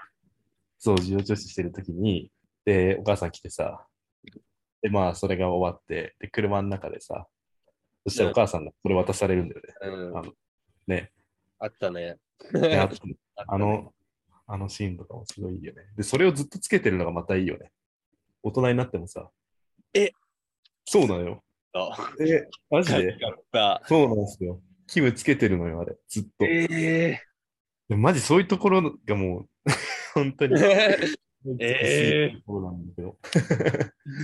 Speaker 2: そう、事情聴取してるときに、で、お母さん来てさ、で、まあ、それが終わって、で、車の中でさ、そしたらお母さんがこれ渡されるんだよ
Speaker 3: うん
Speaker 2: あね。
Speaker 3: あったね。
Speaker 2: ね。であと
Speaker 3: あった
Speaker 2: あの、あのシーンとかもすごいいいよね。で、それをずっとつけてるのがまたいいよね。大人になってもさ。
Speaker 3: え
Speaker 2: そうなのよ。
Speaker 3: あ
Speaker 2: え、マジで
Speaker 3: やった。
Speaker 2: そうなんですよ。キムつけてるのよ、あれ。ずっと。
Speaker 3: ええ
Speaker 2: でマジそういうところがもう、 本当に。
Speaker 3: ー。
Speaker 2: 美しいところなんだけど。
Speaker 3: つ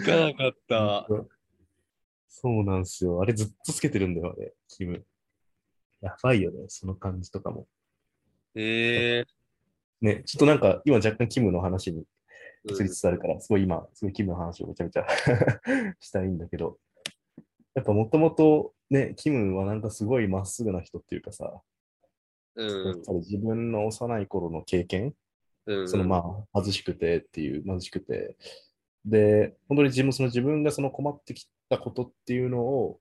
Speaker 3: かなかった。
Speaker 2: そうなんですよ。あれずっとつけてるんだよ、あれ。キム。やばいよね、その感じとかも。
Speaker 3: ええ
Speaker 2: ね、ちょっとなんか、今若干キムの話に
Speaker 3: ー。
Speaker 2: 移りつつあるから、すごい今、すごいキムの話をめちゃめちゃ したいんだけど、やっぱもともとね、キムはなんかすごいまっすぐな人っていうかさ、
Speaker 3: う
Speaker 2: やっ
Speaker 3: ん。
Speaker 2: ぱり自分の幼い頃の経験、
Speaker 3: うん。
Speaker 2: そのまあ貧しくてっていう、貧しくて、で、本当に自分その自分がその困ってきたことっていうのを、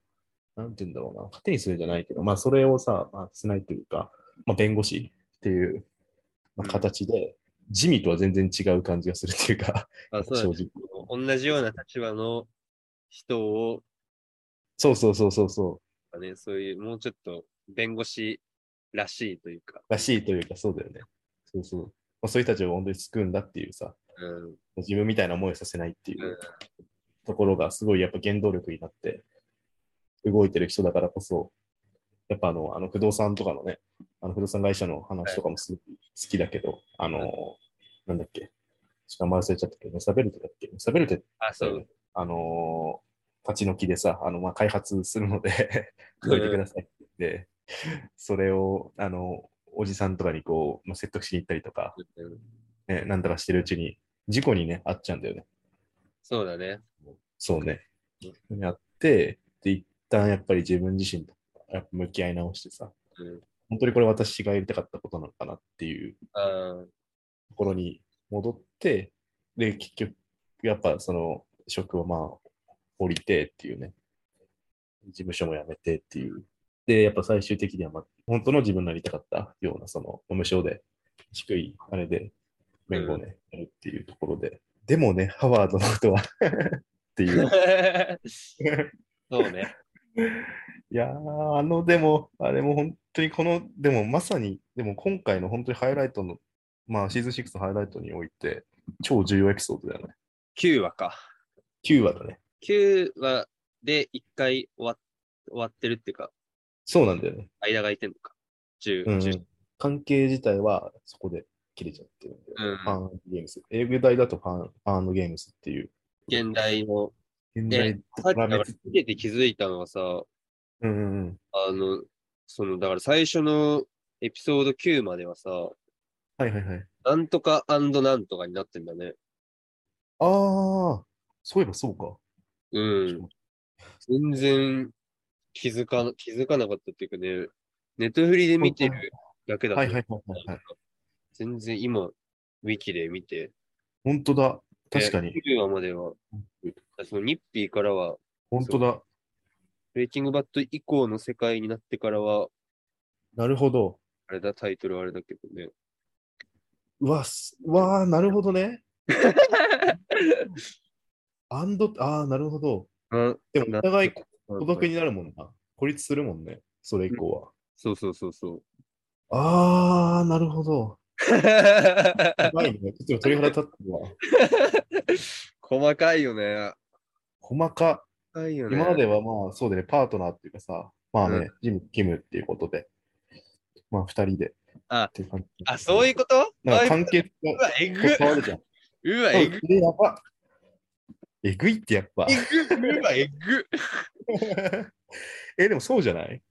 Speaker 2: なんて言うんだろうな、糧にするじゃないけど、まあそれをさ、まあ、しないというか、まあ弁護士っていう、まあ形で、地味とは全然違う感じがするっていうか、
Speaker 3: あ、そうだ
Speaker 2: 正
Speaker 3: ね
Speaker 2: 直。
Speaker 3: 同じような立場の人を、
Speaker 2: そうそうそうそうそ
Speaker 3: ね、そういう、もうちょっと弁護士らしいというか、
Speaker 2: う。らしいというか、そうだよね。そうそう。まあ、そういう人たちを本当に救うんだっていうさ、
Speaker 3: うん、
Speaker 2: 自分みたいな思いをさせないっていう
Speaker 3: うん
Speaker 2: ところがすごいやっぱ原動力になって動いてる人だからこそ、やっぱあの、あの不動産とかのね、あの不動産会社の話とかもすごい好きだけど、あの、なんだっけ、しかも忘れちゃったけど、メサベルテだっけメサベルテって
Speaker 3: あ、そう。
Speaker 2: あのー立ち退きでさ、あの、まあ、開発するの で、どいてくださいって言って、それを、あの、おじさんとかにこう、まあ、説得しに行ったりとか、
Speaker 3: うん
Speaker 2: ね、なんとかしてるうちに、事故にね、あっちゃうんだよね。
Speaker 3: そうだね。
Speaker 2: そうね。やって、で、一旦やっぱり自分自身とやっぱ向き合い直してさ、
Speaker 3: うん
Speaker 2: 本当にこれ私がやりたかったことなのかなっていう
Speaker 3: あー
Speaker 2: ところに戻って、で、結局、やっぱその、職をまあ、降りてっていうね、事務所も辞めてっていう。で、やっぱ最終的には、まあ、本当の自分になりたかったような、その、無償で、低いあれで、弁護をね、やるっていうところで。でもね、ハワードのことは、っていう。
Speaker 3: そうね。
Speaker 2: いやー、あの、でも、あれも本当にこの、でもまさに、でも今回の本当にハイライトの、まあシーズン6のハイライトにおいて、超重要エピソードだよね。
Speaker 3: 9話か。
Speaker 2: 9話だね。
Speaker 3: 9話で1回終わ終わってるっていうか、
Speaker 2: そうなんだよね。
Speaker 3: 間が空いてんのか。10、
Speaker 2: うん
Speaker 3: 10。
Speaker 2: 関係自体はそこで切れちゃってるんで、
Speaker 3: うん
Speaker 2: パーンゲームス。英語題だとパーン、パーンゲームスっていう。
Speaker 3: 現代の。
Speaker 2: 現
Speaker 3: で
Speaker 2: 代、
Speaker 3: さ
Speaker 2: と比
Speaker 3: っきだから
Speaker 2: べつつ
Speaker 3: 見てて気づいたのはさ、
Speaker 2: うんうんうん。
Speaker 3: あの、その、だから最初のエピソード9まではさ、
Speaker 2: はいはいはい。
Speaker 3: なんとかなんとかになってんだね。
Speaker 2: あー、そういえばそうか。
Speaker 3: うん。全然気づかな、気づかなかったっていうかね、ネットフリで見てるだけだと
Speaker 2: はいはいはいはいはい。
Speaker 3: 全然今、ウィキで見て。
Speaker 2: 本当だ。確かに。
Speaker 3: 9話までは、そのニッピーからは、
Speaker 2: 本当だ。
Speaker 3: ブレイキングバット以降の世界になってからは、
Speaker 2: なるほど。
Speaker 3: あれだ、タイトルはあれだけどね。
Speaker 2: うわ、すうわー、なるほどね。アンド、ああ、なるほど。
Speaker 3: あ
Speaker 2: でも、お互い孤独
Speaker 3: に。
Speaker 2: になるもんな。孤立するもんね。それ以降は。
Speaker 3: そうそうそうそう。
Speaker 2: ああ、なるほど。うまいね。ちょっと鳥肌立ってるわ。
Speaker 3: 細かいよね。
Speaker 2: 細か。
Speaker 3: 細かいよね。
Speaker 2: 今まではまあ、そうだね、パートナーっていうかさ、まあね、
Speaker 3: うん
Speaker 2: ジム、キムっていうことで、まあ、二人で。
Speaker 3: あ
Speaker 2: っていう感じ。
Speaker 3: あ、そういうこと
Speaker 2: なんか
Speaker 3: そうい
Speaker 2: 関
Speaker 3: う
Speaker 2: 係
Speaker 3: う
Speaker 2: が
Speaker 3: わ、えぐ
Speaker 2: こう変わるじゃん。
Speaker 3: う わ、えぐ
Speaker 2: それやば。えぐいってやっぱ。
Speaker 3: えぐうわ、えぐ
Speaker 2: え、でもそうじゃない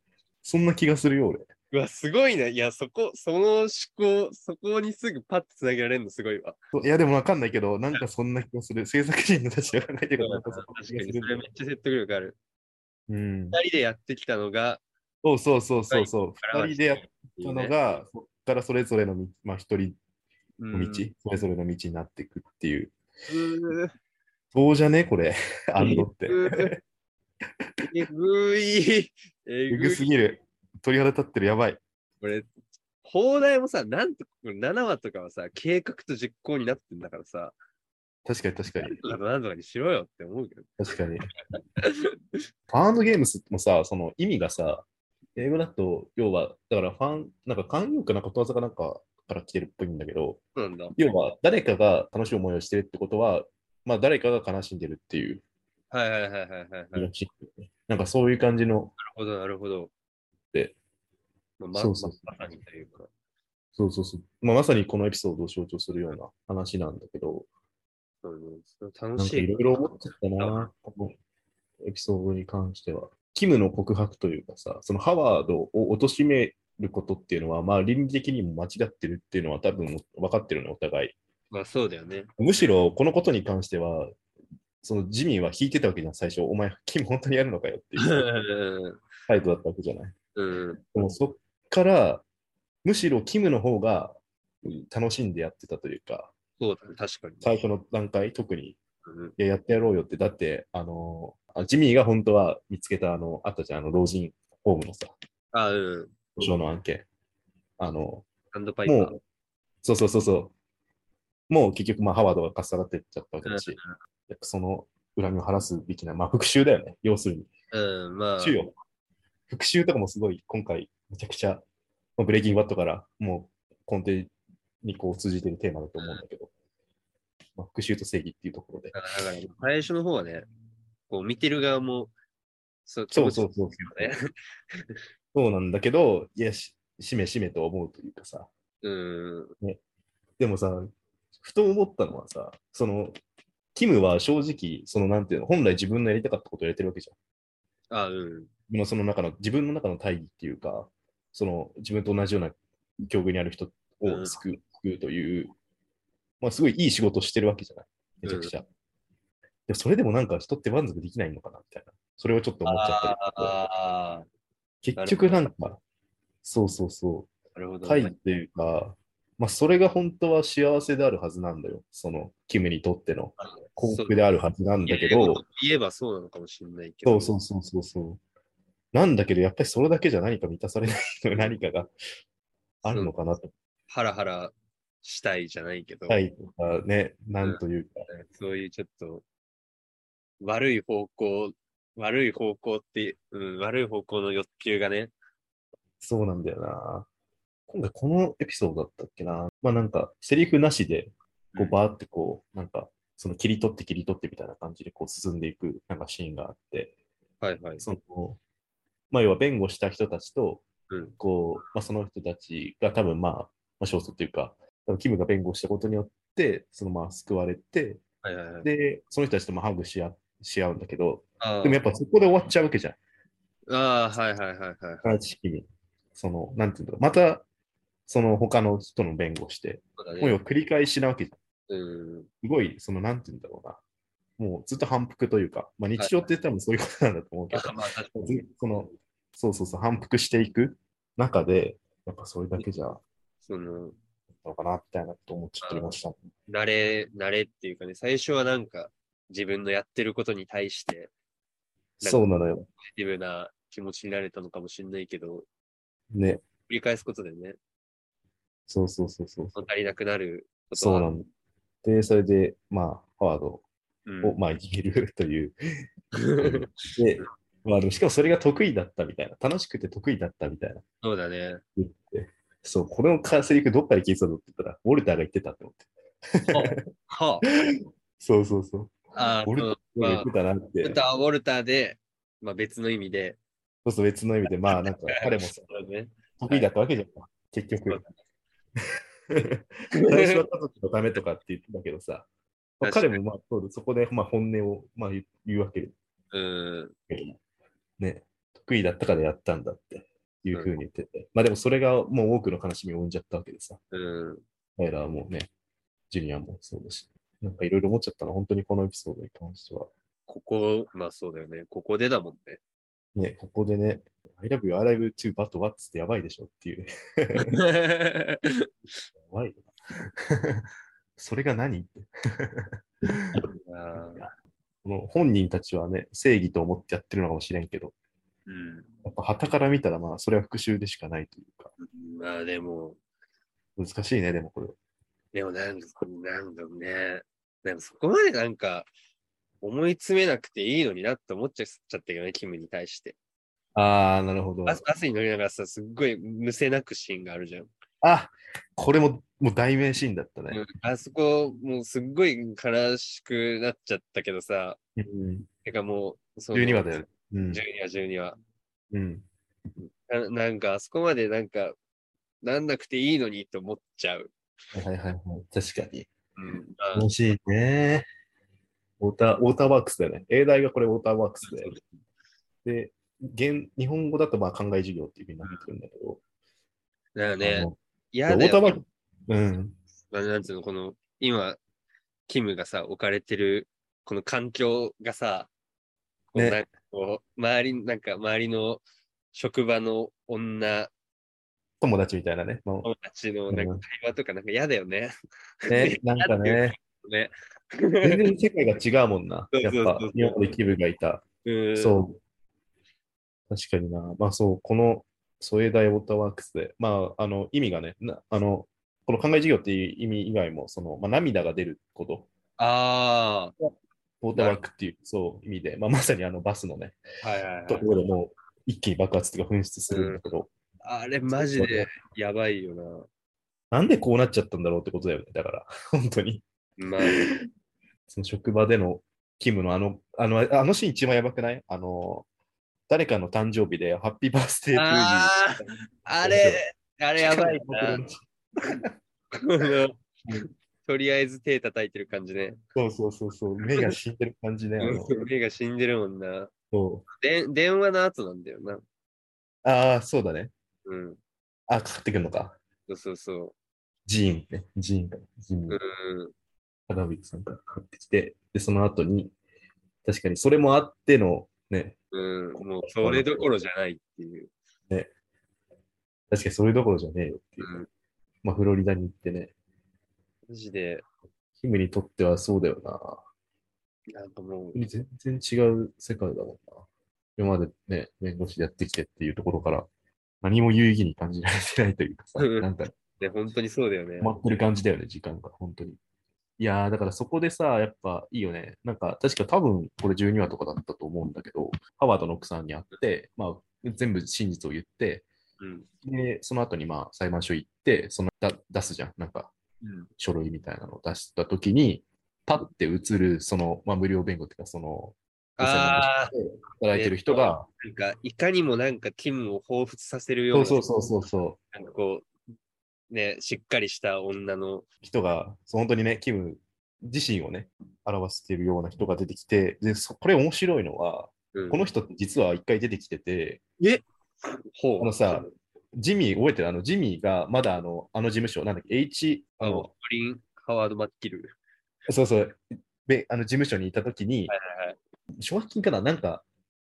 Speaker 2: そんな気がするよ、俺。
Speaker 3: うわ、すごいね。いや、そこ、その思考、そこにすぐパッとつなげられるのすごいわ。
Speaker 2: そういや、でもわかんないけど、なんかそんな気が する。制作人の立場がないけど、なん
Speaker 3: 確
Speaker 2: かそ
Speaker 3: か
Speaker 2: んな気がす
Speaker 3: に、そ
Speaker 2: るんだ
Speaker 3: れ
Speaker 2: よ
Speaker 3: め
Speaker 2: ね。
Speaker 3: っちゃ説得力ある。
Speaker 2: うん。
Speaker 3: 二人でやってきたのが、
Speaker 2: そうそうそうそうそう。
Speaker 3: は
Speaker 2: 二
Speaker 3: い
Speaker 2: 人でやったのが、そこからそれぞれの道、まあ一人
Speaker 3: う
Speaker 2: の
Speaker 3: ん
Speaker 2: 道、それぞれの道になっていくっていう。
Speaker 3: うー
Speaker 2: そうじゃねこれ。 アンドって。
Speaker 3: うーえぐい。え
Speaker 2: え
Speaker 3: ぐ
Speaker 2: ぐ
Speaker 3: い。
Speaker 2: すぎる。鳥肌立ってる、やばい。
Speaker 3: これ、放題もさ、なんと、これ7話とかはさ、計画と実行になってんだからさ、
Speaker 2: 確かに確かに。
Speaker 3: なんとかなんとかにしろよって思うけど。
Speaker 2: 確かに。ファンドゲームスもさ、その意味がさ、英語だと、要は、だからファン、なんか慣用句かなことわざかなんかから来てるっぽいんだけど、
Speaker 3: そうなんだ。
Speaker 2: 要は誰かが楽しい思いをしてるってことは、まあ誰かが悲しんでるっていう、
Speaker 3: はいはいはいはいはい、はい。なる
Speaker 2: なんかそういう感じの、
Speaker 3: ほど、なるほど。
Speaker 2: で、
Speaker 3: まあ、ま
Speaker 2: そうそう
Speaker 3: まさにというか。
Speaker 2: そうそうそう、まあ、まさにこのエピソードを象徴するような話なんだけど、
Speaker 3: そうねそれ楽
Speaker 2: なん
Speaker 3: し
Speaker 2: か
Speaker 3: い。
Speaker 2: いろいろ思っちゃったな、このエピソードに関しては。キムの告白というかさ、そのハワードを貶めることっていうのは、まあ倫理的にも間違ってるっていうのは多分分かってるの、お互い。
Speaker 3: まあそうだよね。
Speaker 2: むしろこのことに関しては、そのジミーは引いてたわけじゃん、最初。お前、キム本当にやるのかよって いう。態度だったわけじゃない。
Speaker 3: うん。
Speaker 2: でもそっから、むしろキムの方がうん楽しんでやってたというか、
Speaker 3: そうだね、確かに。
Speaker 2: 最初の段階、特に、い
Speaker 3: うん
Speaker 2: ややってやろうよって、だって、あのーあジミーが本当は見つけた、あの、あったじゃん、あの、老人ホームのさ、
Speaker 3: あ、うん。
Speaker 2: 保証の案件。あの、
Speaker 3: ハンドパイパー。
Speaker 2: もう、そうそうそうそう、もう結局、まあ、ハワードがかっさらってっちゃったわけだし、やっぱその恨みを晴らすべきな、まあ、復讐だよね、要するに。
Speaker 3: うん、うん、まあ。
Speaker 2: 復讐よ。復讐とかもすごい、今回、めちゃくちゃ、まあブレイキングバットから、もう根底にこう通じてるテーマだと思うんだけど、まあ、復讐と正義っていうところで。
Speaker 3: だから、だから最初の方はね、こう見てる側も、そう、
Speaker 2: そうそう
Speaker 3: 気
Speaker 2: そう。
Speaker 3: 持ちいいよね。
Speaker 2: そうなんだけど、いや、ししめしめと思うというかさ、
Speaker 3: うん。
Speaker 2: でもさ、ふと思ったのはさ、その、キムは正直、そのなんていうの、本来自分のやりたかったことをやれてるわけじゃん。
Speaker 3: あ、うん。
Speaker 2: 自分のその中の、自分の中の大義っていうか、その自分と同じような境遇にある人を救う,、救うという、まあすごいいい仕事をしてるわけじゃない。めちゃくちゃ。でもそれでもなんか人って満足できないのかなみたいな。それをちょっと思っちゃった
Speaker 3: ああ、
Speaker 2: りとか。結局なんか、そうそうそう。
Speaker 3: なるほど、
Speaker 2: 大義っていうか、まあ、それが本当は幸せであるはずなんだよ。その、キムにとっての幸福であるはずなんだけ
Speaker 3: いやいや
Speaker 2: ど、
Speaker 3: 言えばそうなのかもしれないけ
Speaker 2: そ
Speaker 3: ど。
Speaker 2: うそうそうそうそう。なんだけど、やっぱりそれだけじゃ何か満たされないの、何かがあるのかなと。
Speaker 3: ハラハラしたいじゃないけど、
Speaker 2: はい、とかね、なんというか。
Speaker 3: そういうちょっと、悪い方向、悪い方向って、うん、悪い方向の欲求がね、
Speaker 2: そうなんだよな。今回このエピソードだったっけな。まあなんか、セリフなしで、こ
Speaker 3: う
Speaker 2: うんバーってこう、なんか、その切り取って切り取ってみたいな感じでこう進んでいくなんかシーンがあって、
Speaker 3: はいはい。
Speaker 2: その、まあ要は弁護した人たちと、
Speaker 3: うん
Speaker 2: こう、まあその人たちが多分まあ、まあ勝訴っていうか、多分キムが弁護したことによって、そのまあ救われて、
Speaker 3: はいはいはい。
Speaker 2: で、その人たちとまあハグし合し合うんだけど、
Speaker 3: あー
Speaker 2: でもやっぱそこで終わっちゃうわけじゃん。
Speaker 3: あー、はいはいはいはい。
Speaker 2: 話式に、その、なんていうんだろう、また、その他の人の弁護して、
Speaker 3: そうだ
Speaker 2: もう要
Speaker 3: ね
Speaker 2: は繰り返しなわけじゃん。
Speaker 3: うん。
Speaker 2: すごい、その、なんていうんだろうな。もうずっと反復というか、まあ日常って多分そういうことなんだと思うけど、
Speaker 3: あまあ、確か
Speaker 2: ず
Speaker 3: に
Speaker 2: その、そうそうそう、反復していく中で、やっぱそれだけじゃ、
Speaker 3: その、
Speaker 2: のかな、みたいなこと思っちゃってました。
Speaker 3: 慣れ、慣れっていうかね、最初はなんか、自分のやってることに対して、
Speaker 2: そうなのよ。
Speaker 3: ポジティブな気持ちになれたのかもしれないけど、
Speaker 2: ね。
Speaker 3: 繰り返すことでね、
Speaker 2: そうそうそうそう。
Speaker 3: 物足りなくなること
Speaker 2: そうな
Speaker 3: は、
Speaker 2: の。で、それで、まあ、ハワード
Speaker 3: うん
Speaker 2: を、まあ、言えるという
Speaker 3: うん
Speaker 2: で、まあでもしかもそれが得意だったみたいな。楽しくて得意だったみたいな。
Speaker 3: そうだね。
Speaker 2: そう、このカーセリフどっかで聞いてたのって言ったら、ウォルターが言ってたって思って。
Speaker 3: は
Speaker 2: そうそうそう。
Speaker 3: あ、あ
Speaker 2: ウォルター
Speaker 3: の
Speaker 2: が
Speaker 3: ま
Speaker 2: 言
Speaker 3: あ
Speaker 2: ってたなって。
Speaker 3: ウォルター、ウォルターで、まあ別の意味で、
Speaker 2: そうそう、別の意味で、まあなんか彼もさ
Speaker 3: そうだね。
Speaker 2: 得意だったわけじゃん。結
Speaker 3: そう
Speaker 2: 局。 最初は家族のためとかって言ってたけどさ、まあ、
Speaker 3: 確か
Speaker 2: 彼
Speaker 3: に
Speaker 2: もまあそうそこでまあ本音をまあ言う言うわけだ
Speaker 3: うん。
Speaker 2: けども、ね、得意だったからやったんだっていうふうに言ってて、まあでもそれがもう多くの悲しみを生んじゃったわけでさ。
Speaker 3: うん。
Speaker 2: 彼らはもうね、ジュニアもそうだし、なんかいろいろ思っちゃったら、本当にこのエピソードに関しては、
Speaker 3: ここ、まあそうだよね。ここでだもん ね。
Speaker 2: ね、ここでね、I love you, I love you too, but what's ってやばいでしょっていう、やばいよ なそれが何って。
Speaker 3: あー
Speaker 2: この本人たちはね、正義と思ってやってるのかもしれんけど、
Speaker 3: うん
Speaker 2: やっぱ旗から見たら、まあ、それは復讐でしかないというか、
Speaker 3: まあでも、
Speaker 2: 難しいね、でもこれ。
Speaker 3: でもなんか、なんだろうね。でもそこまでなんか、思い詰めなくていいのになって思っちゃったけどね、キムに対して。
Speaker 2: あー、なるほど。
Speaker 3: バスバスに乗りながらさ、すっごいむせなくシーンがあるじゃん。
Speaker 2: あ、これも、もう代名シーンだったね。
Speaker 3: あそこ、もうすっごい悲しくなっちゃったけどさ、
Speaker 2: うん、
Speaker 3: てかもう、その
Speaker 2: 12話だよ。。うん。
Speaker 3: 12話、12話。
Speaker 2: うん。
Speaker 3: ななんか、あそこまでなんか、なんなくていいのにと思っちゃう。
Speaker 2: はいはいはいはい。確かに。
Speaker 3: うん。
Speaker 2: 楽しいね。ウォーター、ウォーターワークスだよね。英大がこれウォーターワークス
Speaker 3: そう
Speaker 2: で。で、現日本語だとまあ考え授業っていうふうになってくるんだけど。
Speaker 3: だよ
Speaker 2: あ
Speaker 3: ね
Speaker 2: の。
Speaker 3: 嫌
Speaker 2: ウォ
Speaker 3: だ
Speaker 2: ーター
Speaker 3: よ
Speaker 2: ワ
Speaker 3: ね
Speaker 2: ークス。うん。
Speaker 3: まあ、なんつうの、この、今、キムがさ、置かれてる、この環境がさ、こう
Speaker 2: ね
Speaker 3: なんかこう、周り、なんか周りの職場の女、
Speaker 2: 友達みたいなね。も
Speaker 3: 友達のなん
Speaker 2: う
Speaker 3: か
Speaker 2: ん
Speaker 3: 会話とかなんか嫌だよね。
Speaker 2: う ね、なんかね、
Speaker 3: ね。
Speaker 2: 全然世界が違うもんな。
Speaker 3: そうそ
Speaker 2: やっ
Speaker 3: うそう
Speaker 2: ぱ、今まで気分がいた。
Speaker 3: うん。
Speaker 2: そう。確かにな。まあそう、この、そう英大ウォーターワークスで、まあ、あの、意味がね、なあの、この考え授業っていう意味以外も、その、まあ、涙が出ること。
Speaker 3: あ
Speaker 2: ウォーターワークっていう、そう、意味で、まあ、まさにあのバスのね、
Speaker 3: あ、はいはい、
Speaker 2: と
Speaker 3: はい
Speaker 2: こ。ろでもう一気に爆発とか噴出するんだけど、
Speaker 3: あれ、マジでやばいよ
Speaker 2: なんでこうなっちゃったんだろうってことだよね。だから、本当に。
Speaker 3: な。まあ、
Speaker 2: その職場でのキムのあの、あの、あのシーン一番やばくないあの、誰かの誕生日でハッピーバースデーという。
Speaker 3: あーあれ、あれやばいな。このとりあえず手叩いてる感じね。
Speaker 2: そうそうそうそう、 目が死んでる感じね。あの
Speaker 3: 目が死んでるもんな。
Speaker 2: そう
Speaker 3: で電話の後なんだよな。
Speaker 2: ああ、そうだね。
Speaker 3: うん。
Speaker 2: あ、かかってくるのか。
Speaker 3: そうそうそ
Speaker 2: ジーンね。ジーンから。ジーン
Speaker 3: う。うん。
Speaker 2: ハダウィックさんからかかってきて、で、その後に、確かにそれもあっての、ね、
Speaker 3: うん。もう、それどころじゃないっていう。
Speaker 2: 確かにそれどころじゃねえよっていうう。
Speaker 3: ん
Speaker 2: まあ、フロリダに行ってね、
Speaker 3: マジで、
Speaker 2: キムにとってはそうだよな。
Speaker 3: なんかも
Speaker 2: 本
Speaker 3: う
Speaker 2: 当、に全然違う世界だもんな。今までね、弁護士でやってきてっていうところから、何も有意義に感じられてないというかさ、
Speaker 3: うん
Speaker 2: なんか、
Speaker 3: ね、本当にそうだよね
Speaker 2: 止。まってる感じだよね、時間が、本当に。いやー、だからそこでさ、やっぱいいよね。なんか、確か多分、これ12話とかだったと思うんだけど、ハワードの奥さんに会って、まあ、全部真実を言って、
Speaker 3: うん。
Speaker 2: で、その後にまあ、裁判所行って、その、だ出すじゃん。なんか、書類みたいなのを出した時に、パッて映る、その、まあ、無料弁護っていうか、その、
Speaker 3: ああ、
Speaker 2: 働いてる人が、
Speaker 3: なんか、いかにもなんか、キムを彷彿させるよう
Speaker 2: そう
Speaker 3: な、
Speaker 2: そうそうそうそう、
Speaker 3: なんかこう、ね、しっかりした女の、
Speaker 2: 人が、そう本当にね、キム自身をね、表しているような人が出てきて、で、そこれ面白いのは、
Speaker 3: うん
Speaker 2: この人って実は一回出てきてて、
Speaker 3: ほう。
Speaker 2: あのさ、ジミー、覚えてるあの、ジミーがまだあの、あの事務所、なんだっけ、H、
Speaker 3: あ
Speaker 2: あ
Speaker 3: の、
Speaker 2: の
Speaker 3: コ、リン・ハワード・マッキル。
Speaker 2: そうそう、べあの事務所にいたときに、
Speaker 3: はいはい。
Speaker 2: 奨学金かななんか、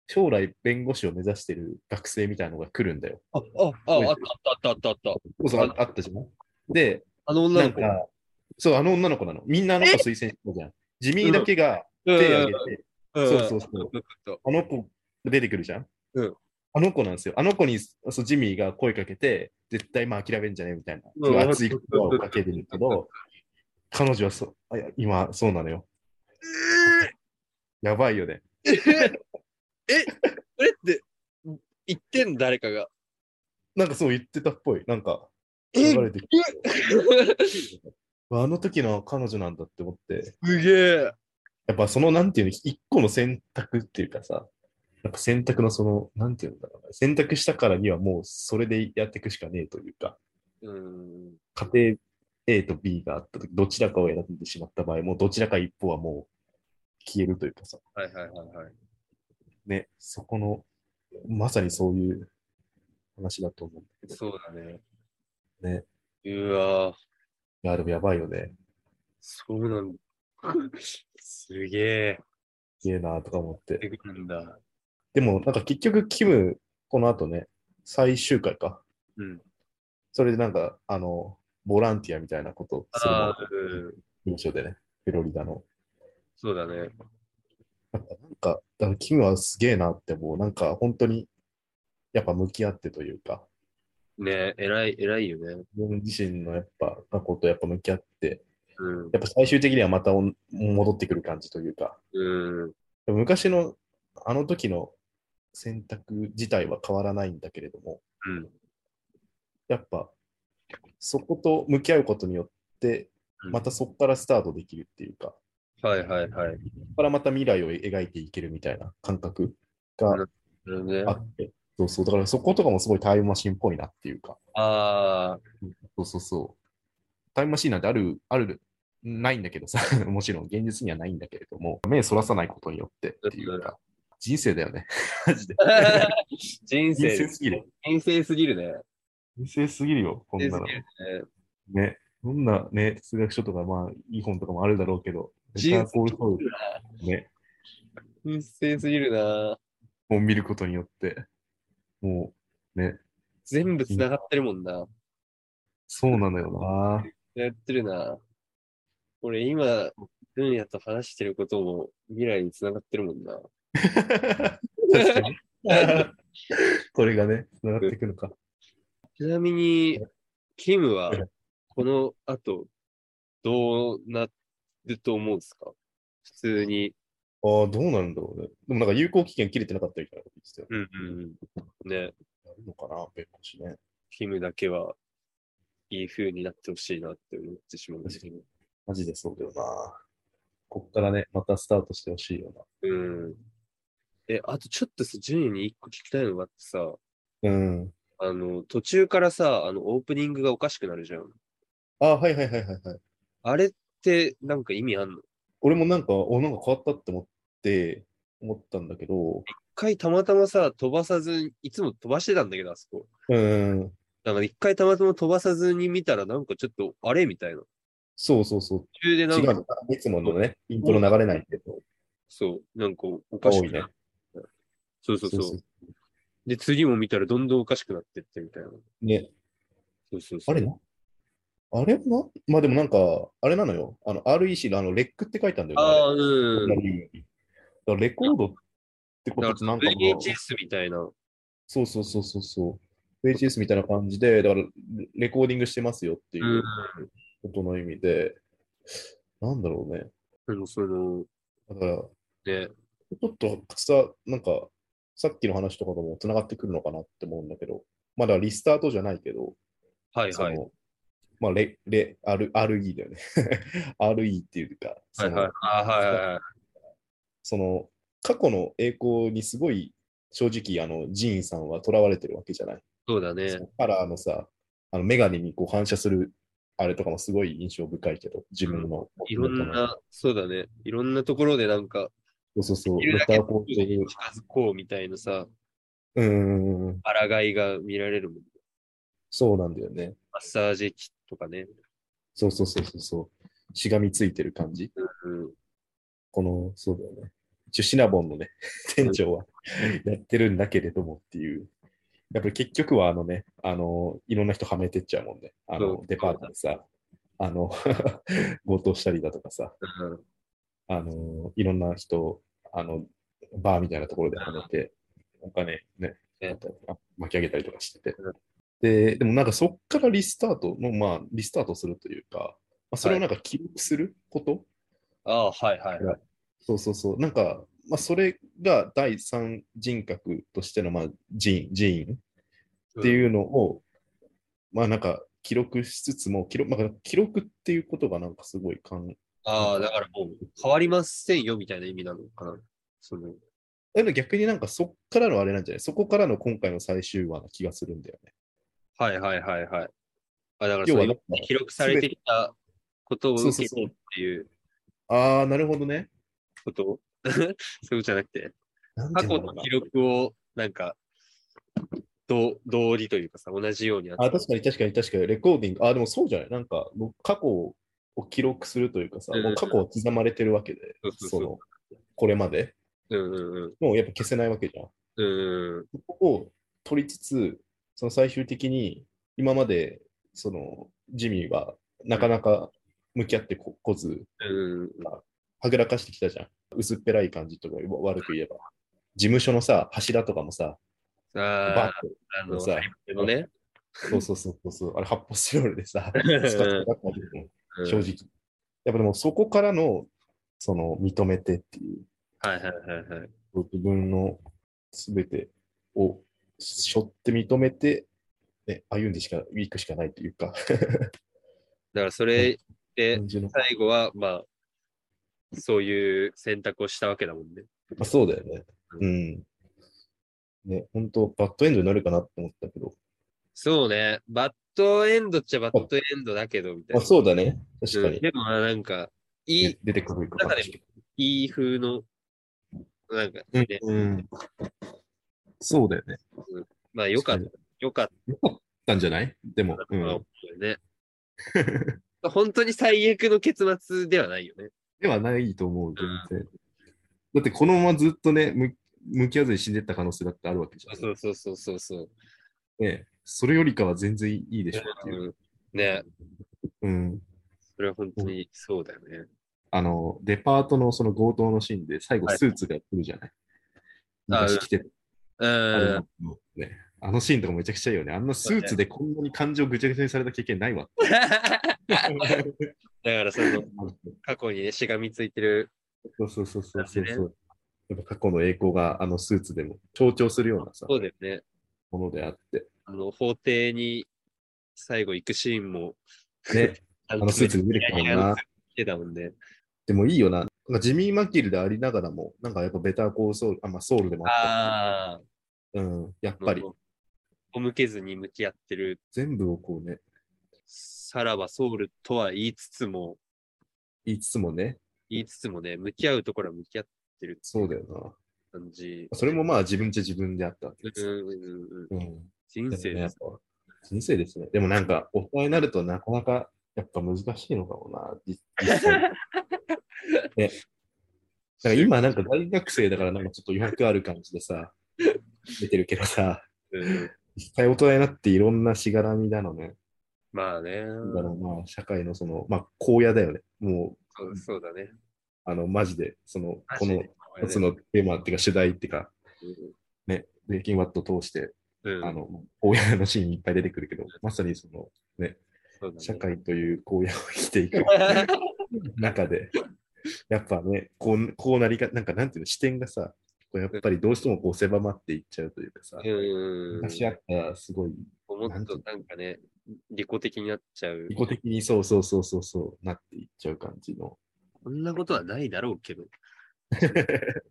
Speaker 2: 将来弁護士を目指してる学生みたいなのが来るんだよ。
Speaker 3: あ、あ、あ、あったあったあったあったあった。
Speaker 2: そうそう、ああったじゃん。で、
Speaker 3: あの女
Speaker 2: な
Speaker 3: の
Speaker 2: ん
Speaker 3: 子。
Speaker 2: か、そう、あの女の子なの。みんなあの子推薦してたじゃん。ジミーだけが
Speaker 3: 手
Speaker 2: 手挙げて、そうそうそう
Speaker 3: う。
Speaker 2: あの子出てくるじゃん。
Speaker 3: うん
Speaker 2: あの子なんですよ。あの子にそうジミーが声かけて、絶対まあ諦めんじゃねえみたいな。
Speaker 3: うん
Speaker 2: すごい熱い言葉をかけてるけど、彼女はそう、あいや今そうなのよ。やばいよね。
Speaker 3: ええ、それって、言ってんの誰かが。
Speaker 2: なんかそう言ってたっぽい。なんか、
Speaker 3: え
Speaker 2: 流れてきてあの時の彼女なんだって思って、
Speaker 3: すげえ。
Speaker 2: やっぱそのなんていうの、一個の選択っていうかさ、やっぱ選択のその、なんていうんだろうな。選択したからにはもうそれでやっていくしかねえというか。
Speaker 3: うん。
Speaker 2: 家庭 A と B があったとき、どちらかを選んでしまった場合、もうどちらか一方はもう消えるというかさ、
Speaker 3: はいはいはいはい。
Speaker 2: ね、そこの、まさにそういう話だと思うんだけど、
Speaker 3: そうだね。
Speaker 2: ね。
Speaker 3: うわぁ、
Speaker 2: いや、でもやばいよね。
Speaker 3: そうなんだ。すげえ。
Speaker 2: すげえなとか思って。
Speaker 3: 出てくるんだ。
Speaker 2: でも、なんか結局、キム、この後ね、最終回か。
Speaker 3: うん。
Speaker 2: それでなんか、あの、ボランティアみたいなことをする
Speaker 3: ああ、
Speaker 2: の
Speaker 3: うん。
Speaker 2: 印象でね、フロリダの。
Speaker 3: そうだね。
Speaker 2: なんか、なんかだからキムはすげえなって思う。なんか、本当に、やっぱ向き合ってというか、
Speaker 3: ね偉い、偉いよね。
Speaker 2: 自分自身のやっぱ過去とやっぱ向き合って、
Speaker 3: うん。
Speaker 2: やっぱ最終的にはまたおん戻ってくる感じというか、
Speaker 3: うん。
Speaker 2: でも昔のあの時の選択自体は変わらないんだけれども、
Speaker 3: うん。
Speaker 2: やっぱそこと向き合うことによって、
Speaker 3: うん
Speaker 2: またそこからスタートできるっていうか、
Speaker 3: はいはいはい。
Speaker 2: そこからまた未来を描いていけるみたいな感覚
Speaker 3: う
Speaker 2: が
Speaker 3: んなるほどね
Speaker 2: あ。って、そうそう、だからそことかもすごいタイムマシンっぽいなっていうか、
Speaker 3: ああ、
Speaker 2: そうそうそう。タイムマシーンなんてある、ある、ないんだけどさ、 もちろん現実にはないんだけれども、目そらさないことによってっていうか、人生だよね。マジで。
Speaker 3: 人
Speaker 2: 人
Speaker 3: 生
Speaker 2: 生すぎる。
Speaker 3: 人生すぎるね。
Speaker 2: 人生すぎるよ、こん
Speaker 3: 人生
Speaker 2: なの
Speaker 3: すぎ。るね。
Speaker 2: ね。どんなね、哲学書とか、まあ、いい本とかもあるだろうけど、
Speaker 3: 人生
Speaker 2: ベターコールソウルね、
Speaker 3: 人生すぎるな。
Speaker 2: 本を見ることによって、もう、ね、
Speaker 3: 全部繋がってるもんな。
Speaker 2: そうなのよな。
Speaker 3: やってるな。俺今、ルンヤと話してることも未来に繋がってるもんな。
Speaker 2: 確 かに。これがね、繋がっていくのか。
Speaker 3: ちなみに、キムは
Speaker 2: うん、
Speaker 3: この後、どうなると思うんですか普通に。
Speaker 2: ああ、どうなるんだろうね。でもなんか有効期限切れてなかったみたいなこと言ってたよね。
Speaker 3: うんうんうん。ね、
Speaker 2: やるのかな、弁護士ね。
Speaker 3: キムだけは、いい風になってほしいなって思ってしまうんですけど。
Speaker 2: マジでそうだよな。こっからね、またスタートしてほしいよ
Speaker 3: うん。え、あとちょっとさ、ジュニに一個聞きたいのがあってさ、
Speaker 2: な。うん。
Speaker 3: あの、途中からさ、あの、オープニングがおかしくなるじゃん。
Speaker 2: ああ、はいはいはいはいはい。
Speaker 3: あれって、なんか意味あんの一
Speaker 2: 俺もなんか、お、なんか変わったって思って、思ったんだけど、
Speaker 3: 回たまたまさ、飛ばさずに、いつも飛ばしてたんだけど、あそこ。
Speaker 2: うん。
Speaker 3: だから一回たまたま飛ばさずに見たら、なんかちょっと、あれみたいな。
Speaker 2: そうそうそう。
Speaker 3: 途中でな
Speaker 2: 違
Speaker 3: ん
Speaker 2: う
Speaker 3: か、
Speaker 2: のか。いつものね、イントロ流れないけど、
Speaker 3: そう、なんかおかし
Speaker 2: 多
Speaker 3: く
Speaker 2: いね
Speaker 3: な。そうそうそう。で、次も見たらどんどんおかしくなってってみたいな。
Speaker 2: ね、
Speaker 3: そうそうそ
Speaker 2: あ
Speaker 3: う。
Speaker 2: れな、あれなまあでもなんか、あれなのよ。あの、REC のあの、レックって書いたんだよね。
Speaker 3: ああ、
Speaker 2: あ
Speaker 3: う
Speaker 2: れ
Speaker 3: ん。
Speaker 2: だからレコードってことっ
Speaker 3: だか
Speaker 2: て
Speaker 3: ら
Speaker 2: なんかもう
Speaker 3: VHS みたいな。。
Speaker 2: そうそうそうそうそう。VHS みたいな感じで、だから、レコーディングしてますよっていううんことの意味で、なんだろうね。
Speaker 3: でもその、
Speaker 2: だから、ち
Speaker 3: ね、
Speaker 2: ょっとさ、なんか、さっきの話とかとも繋がってくるのかなって思うんだけど、まあだからリスタートじゃないけど、
Speaker 3: はい
Speaker 2: そ
Speaker 3: はい。
Speaker 2: の、まあ、レ、レ、R、RE だよね。RE っていうか、
Speaker 3: は
Speaker 2: そ
Speaker 3: い
Speaker 2: の、
Speaker 3: はい。あはいはいはい。
Speaker 2: その過去の栄光にすごい正直、あの、ジーンさんは囚われてるわけじゃない。
Speaker 3: そうだね
Speaker 2: そ。のカラーのさ、あの、メガネにこう反射する、あれとかもすごい印象深いけど、自分の。
Speaker 3: いろん。な、そうだね。いろんなところでなんか、
Speaker 2: そうそうそう、
Speaker 3: いる
Speaker 2: メ
Speaker 3: だ
Speaker 2: タ
Speaker 3: け
Speaker 2: ーコーチング。
Speaker 3: 近づこうみたいなさ、
Speaker 2: うーん、
Speaker 3: 抗いが見られるもん。
Speaker 2: そうなんだよね。
Speaker 3: マッサージ機とかね。
Speaker 2: そうそうそうそうそう。しがみついてる感じ。
Speaker 3: うん。
Speaker 2: この、そうだよね。一応シナボンのね、 店長はやってるんだけれどもっていう。やっぱり結局はあのね、あの、いろんな人はめてっちゃうもんね。あ
Speaker 3: そ
Speaker 2: の
Speaker 3: う、
Speaker 2: デパートでさ、あの、 強盗したりだとかさ、
Speaker 3: うん
Speaker 2: あの、いろんな人、あの、バーみたいなところではめて、お金ね、
Speaker 3: ね
Speaker 2: 巻き上げたりとかしてて。で、でもなんかそっからリスタートの、まあ、リスタートするというか、まあ、それをなんか記録すること、
Speaker 3: ああ、はいはい。
Speaker 2: そうそうそう。なんか、まあ、それが第三人格としての、まあ、人、人員っていうのを、まあ、なんか、記録しつつも、記録、まあ、記録っていうことがなんかすごい感、
Speaker 3: ああ、だからもう変わりませんよみたいな意味なのかな。その、
Speaker 2: でも逆になんかそっからのあれなんじゃないそこからの今回の最終話な気がするんだよね。
Speaker 3: はいはいはいはい。あだから
Speaker 2: 要
Speaker 3: そ
Speaker 2: は
Speaker 3: う
Speaker 2: なんか
Speaker 3: 記録されてきたことを
Speaker 2: そう
Speaker 3: 受
Speaker 2: そうそ
Speaker 3: け
Speaker 2: う
Speaker 3: てっていう
Speaker 2: ああ、なるほどね。
Speaker 3: こと を、そうじゃなくて、
Speaker 2: なんて
Speaker 3: 過
Speaker 2: いうの
Speaker 3: 去
Speaker 2: かな
Speaker 3: の記録をなんか、どう道理というかさ、同じようにあ
Speaker 2: あ、確かに確かに確かに、レコーディング。あ、でもそうじゃないなんか、もう過去を記録するというかさ、
Speaker 3: うん
Speaker 2: もう過去は刻まれてるわけで、
Speaker 3: そうそうそう
Speaker 2: その、これまで。
Speaker 3: うんうんうん。
Speaker 2: もうやっぱ消せないわけじゃん。
Speaker 3: うんうん。
Speaker 2: ここを取りつつ、その最終的に今までそのジミーはなかなか向き合ってここず、
Speaker 3: うんうん。
Speaker 2: はぐらかしてきたじゃん。薄っぺらい感じとかわ悪く言えば。事務所のさ、柱とかもさ、
Speaker 3: あ
Speaker 2: バ
Speaker 3: あ、
Speaker 2: ッて、
Speaker 3: あの、
Speaker 2: さ
Speaker 3: ハリボテのね、
Speaker 2: そうそうそうそうそう、あれ発泡スチロールでさ、
Speaker 3: うん
Speaker 2: スカスカだったけども
Speaker 3: うん
Speaker 2: 正直。やっぱでもそこからの、その認めてっていう、
Speaker 3: はいはいはいはい。
Speaker 2: 自分の全てを背負って認めて、ね、歩んでしか、いくしかないというか、
Speaker 3: だからそれ で、
Speaker 2: 感じの。ま
Speaker 3: 最後は、まあ、そういう選択をしたわけだもんね。
Speaker 2: あ、そうだよね。うん。ね、本当バッドエンドになるかなって思ったけど。
Speaker 3: そうね。バッドエンドっちゃバッドエンドだけど、みたい
Speaker 2: あ、
Speaker 3: な。
Speaker 2: そうだね。確か
Speaker 3: うん
Speaker 2: に。
Speaker 3: でもまあなんか、い
Speaker 2: ね
Speaker 3: い、
Speaker 2: 出てくるかも
Speaker 3: 中でもいい風の、なんか、
Speaker 4: うん
Speaker 3: ね
Speaker 2: うん。
Speaker 4: そうだよね。
Speaker 3: まあよかった、よかっ
Speaker 2: よかったんじゃないでも
Speaker 3: た、
Speaker 2: う
Speaker 3: なとは
Speaker 2: ん
Speaker 3: 思。うよね。 本当に最悪の結末ではないよね。
Speaker 4: ではないと思う、全然。だってこのままずっとね、む向き合わずに死んでった可能性だってあるわけじゃん。
Speaker 3: そうそうそうそうそう。
Speaker 4: ね、それよりかは全然いいでしょっていう。
Speaker 3: うん、ね
Speaker 4: うん。
Speaker 3: それは本当にそうだよね。
Speaker 4: あの、デパートのその強盗のシーンで最後
Speaker 3: はい
Speaker 4: スーツが来るじゃない、
Speaker 3: あ
Speaker 4: 昔着て
Speaker 3: う
Speaker 4: た
Speaker 3: ん。
Speaker 4: あのね。あのシーンとかめちゃくちゃいいよね。あんなスーツでこんなに感情ぐちゃぐちゃにされた経験ないわ。
Speaker 3: だからその、過去にね、しがみついてる。
Speaker 4: そうそうそうそう
Speaker 3: そ
Speaker 4: そうう
Speaker 3: ね
Speaker 4: そう。やっぱ過去の栄光があのスーツでも強調するようなさ、
Speaker 3: そうだよね。
Speaker 4: ものであって。
Speaker 3: あの、法廷に最後行くシーンも、
Speaker 4: ね、
Speaker 3: あ
Speaker 4: あのスーツで出てきたもんな。
Speaker 3: てたもんね。
Speaker 4: でもいいよな。なんかジミー・マキルでありながらも、なんかやっぱベターコールソウル、あ、まあソウルでもあっ
Speaker 3: ああ、
Speaker 4: た。うん。やっぱり
Speaker 3: あ、の。お向けずに向き合ってる、
Speaker 4: 全部をこうね、
Speaker 3: さらばソウルとは言いつつも、
Speaker 4: 言いつつもね、
Speaker 3: 言いつつもね、向き合うところは向き合ってる
Speaker 4: そうだよ
Speaker 3: 感じ。
Speaker 4: な。それもまあ自分っちゃ自分であったわけ
Speaker 3: う
Speaker 4: で
Speaker 3: ん
Speaker 4: す。
Speaker 3: うんうんうん
Speaker 4: うん。
Speaker 3: 人生
Speaker 4: ね、や
Speaker 3: で
Speaker 4: っ
Speaker 3: す。
Speaker 4: ぱ人生ですね。でもなんか、大人になるとなかなか、やっぱ難しいのかもな、実実 際。なんか今なんか大学生だからなんかちょっと余白ある感じでさ、出てるけどさ、
Speaker 3: うん
Speaker 4: 実際大人になっていろんなしがらみだのね、
Speaker 3: まあね。
Speaker 2: だからまあ、社会のその、まあ、荒野だよね。もう、
Speaker 3: そうそうだね。
Speaker 2: あの、マジで、その、この
Speaker 3: マ
Speaker 2: 一つ
Speaker 3: ジで、
Speaker 2: のテーマっていうか、主題っていうか、ね、ブレイキングバットを通して、
Speaker 3: うん、
Speaker 2: あの、荒野のシーンいっぱい出てくるけど、まさにその、
Speaker 3: そうだね
Speaker 2: 社会という荒野を生きていく中で、やっぱね、こう、こうなりが、なんかなんていうの、視点がさ、こうやっぱりどうしてもこう狭まっていっちゃうというかさ、
Speaker 3: うん。
Speaker 2: 昔あったすごい、
Speaker 3: もっとなんかね、利己的になっちゃう。
Speaker 2: 自己的にそうそうそうそうそう、なっていっちゃう感じの。
Speaker 3: こんなことはないだろうけど。こ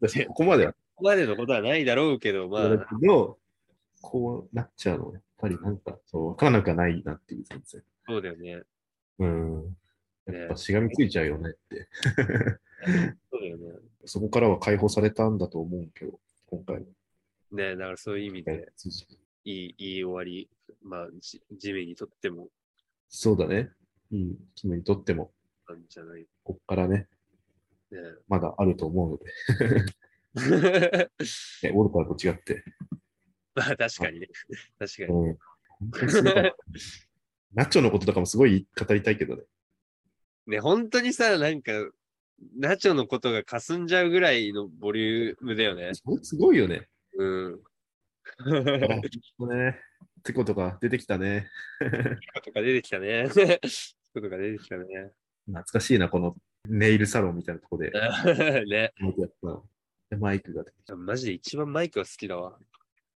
Speaker 2: 私、ここまでは
Speaker 3: こまでのことはないだろうけど、ま
Speaker 2: だ
Speaker 3: あ、
Speaker 2: けど、こうなっちゃうの、やっぱりなんか、そう、わからなくはないなっていう、全然。
Speaker 3: そうだよね。
Speaker 2: うん。
Speaker 3: ね
Speaker 2: やっぱしがみついちゃうよねって。
Speaker 3: そうだよね。
Speaker 2: そこからは解放されたんだと思うけど、今回
Speaker 3: ねだからそういう意味
Speaker 2: の
Speaker 3: で、いい、いい終わり。まあ、じ地面にとっても、
Speaker 2: そうだね。いい君にとっても、
Speaker 3: なんじゃない。
Speaker 2: こっからね、
Speaker 3: ね
Speaker 2: まだあると思うので、ね、ウォルターと違って。
Speaker 3: まあ、確かにね。確かに。
Speaker 2: うん。本当に すごかったナチョのこととかもすごい語りたいけどね。
Speaker 3: ね、本当にさ、なんか、ナチョのことが霞んじゃうぐらいのボリュームだよね。
Speaker 2: それすごいよ ね。
Speaker 3: うん。
Speaker 2: あ本当ね。ってことが出てきたね。
Speaker 3: とか出てきたね。ことが出てきた
Speaker 2: 懐かしいな、このネイルサロンみたいなとこで。
Speaker 3: ね。 ね。
Speaker 2: やったでマイクが出てきた。
Speaker 3: マジで一番マイクが好きだわ。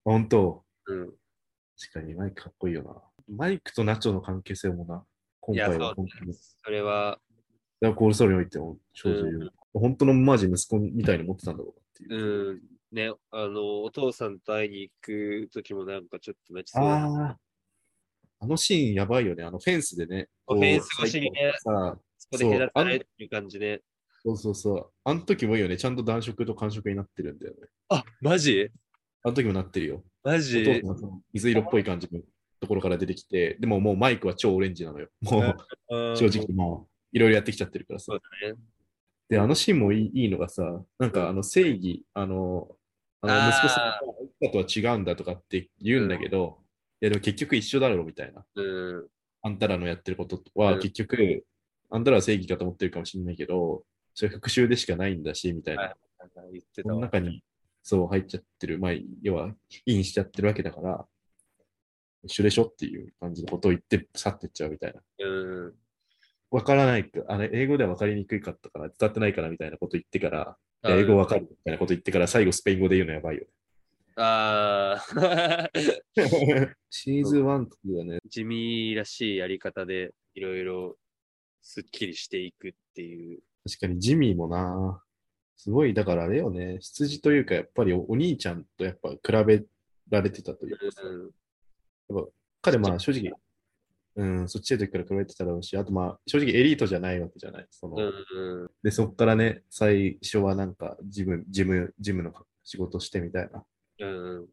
Speaker 2: 本当
Speaker 3: うん。
Speaker 2: 確かにマイクかっこいいよな。マイクとナチョの関係性もな、今
Speaker 3: いや、
Speaker 2: 回
Speaker 3: そう
Speaker 2: は
Speaker 3: だ
Speaker 2: 本
Speaker 3: ね
Speaker 2: 当に。
Speaker 3: それ
Speaker 2: だ
Speaker 3: は、
Speaker 2: からコールソルにおいても超重要。本当のマジ息子みたいに持ってたんだろうなっていう。
Speaker 3: うん。ね、あの、お父さんと会いに行くときもなんかちょっと泣きそうだね。
Speaker 2: ああ。あのシーンやばいよね。あのフェンスでね。こう
Speaker 3: フェンス越しにね
Speaker 2: 最後さ
Speaker 3: そこで隔たれっていう感じね。
Speaker 2: そうそうそう。あの時もいいよね。ちゃんと暖色と寒色になってるんだよね。
Speaker 3: あ、マジ
Speaker 2: あの時もなってるよ。
Speaker 3: マ
Speaker 2: お父
Speaker 3: ジ
Speaker 2: さんがその水色っぽい感じのところから出てきて、でももうマイクは超オレンジなのよ。もう
Speaker 3: うん
Speaker 2: 正直もういろいろやってきちゃってるからさ。
Speaker 3: そうだね。
Speaker 2: で、あのシーンもいいいいのがさ、なんかあの正義、あの、あの
Speaker 3: あー
Speaker 2: 息子さんが生きたとは違うんだとかって言うんだけど、いやでも結局一緒だろうみたいな。
Speaker 3: うん。
Speaker 2: あんたらのやってること
Speaker 3: う
Speaker 2: は
Speaker 3: ん
Speaker 2: 結局、あんたらは正義かと思ってるかもしれないけど、それ復讐でしかないんだし、みたいな。
Speaker 3: はいなんか言って
Speaker 2: そ
Speaker 3: た
Speaker 2: の
Speaker 3: わ。
Speaker 2: 中に、そう入っちゃってる、まあ、要は、インしちゃってるわけだから、一緒でしょっていう感じのことを言って去ってっちゃうみたいな。
Speaker 3: うん。
Speaker 2: わからないか、あれ、英語ではわかりにくいかったから、伝わってないからみたいなこと言ってから、いや英語わかるみたいなこと言ってから最後スペイン語で言うのやばいよ
Speaker 3: ああ、
Speaker 2: ね。 シーズン1とかね、
Speaker 3: 地味らしいやり方でいろいろすっきりしていくっていう。
Speaker 2: 確かにジミーもな、すごい、だからあれよね、羊というか、やっぱりおお兄ちゃんとやっぱ比べられてたというかさ、
Speaker 3: うん
Speaker 2: 彼まあ正直、うん、そっちの時から比べてただろうし、あとまあ正直エリートじゃないわけじゃない。その
Speaker 3: うんうん
Speaker 2: で、そっからね、最初はなんかジム、ジム、ジムの仕事してみたいな。
Speaker 3: うん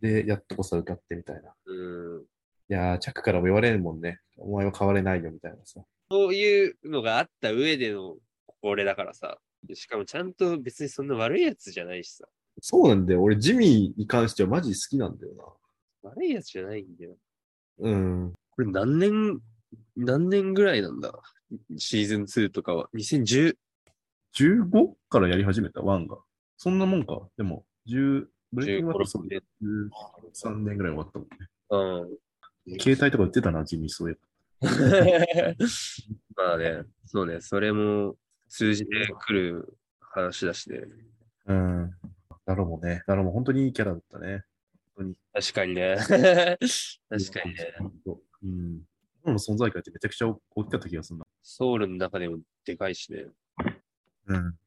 Speaker 2: で、やっとこそ受かってみたいな。い
Speaker 3: うん
Speaker 2: やー、チャックからも言われるもんね。お前は変われないよみたいなさ。
Speaker 3: そういうのがあった上でのこれだからさ。しかもちゃんと別にそんな悪いやつじゃないしさ。
Speaker 2: そうなんだよ。俺、ジミーに関してはマジ好きなんだよ
Speaker 3: 悪いやつじゃないんだよ。
Speaker 2: な。うん。
Speaker 3: これ何年、何年ぐらいなんだシーズン2とかは。2010、
Speaker 5: 15からやり始めた、1が。そんなもんか。でも、10、ブレイキングバット
Speaker 3: 15、
Speaker 5: そ
Speaker 3: 6
Speaker 5: う
Speaker 3: 年。
Speaker 5: 13年ぐらい終わったもんね。
Speaker 3: うん。
Speaker 5: 携帯とか売ってたな、地味そういえば。
Speaker 3: まあね、そうね、それも通じてくる話だしね。
Speaker 5: うん。ダロもね、ダロも本当にいいキャラだったね。本
Speaker 3: 確かにね。確
Speaker 5: 当に。
Speaker 3: かにね。
Speaker 5: うん。ダロの存在感ってめちゃくちゃ大きかった気がするな。
Speaker 3: ソウルの中でもでかいしね。
Speaker 5: うん。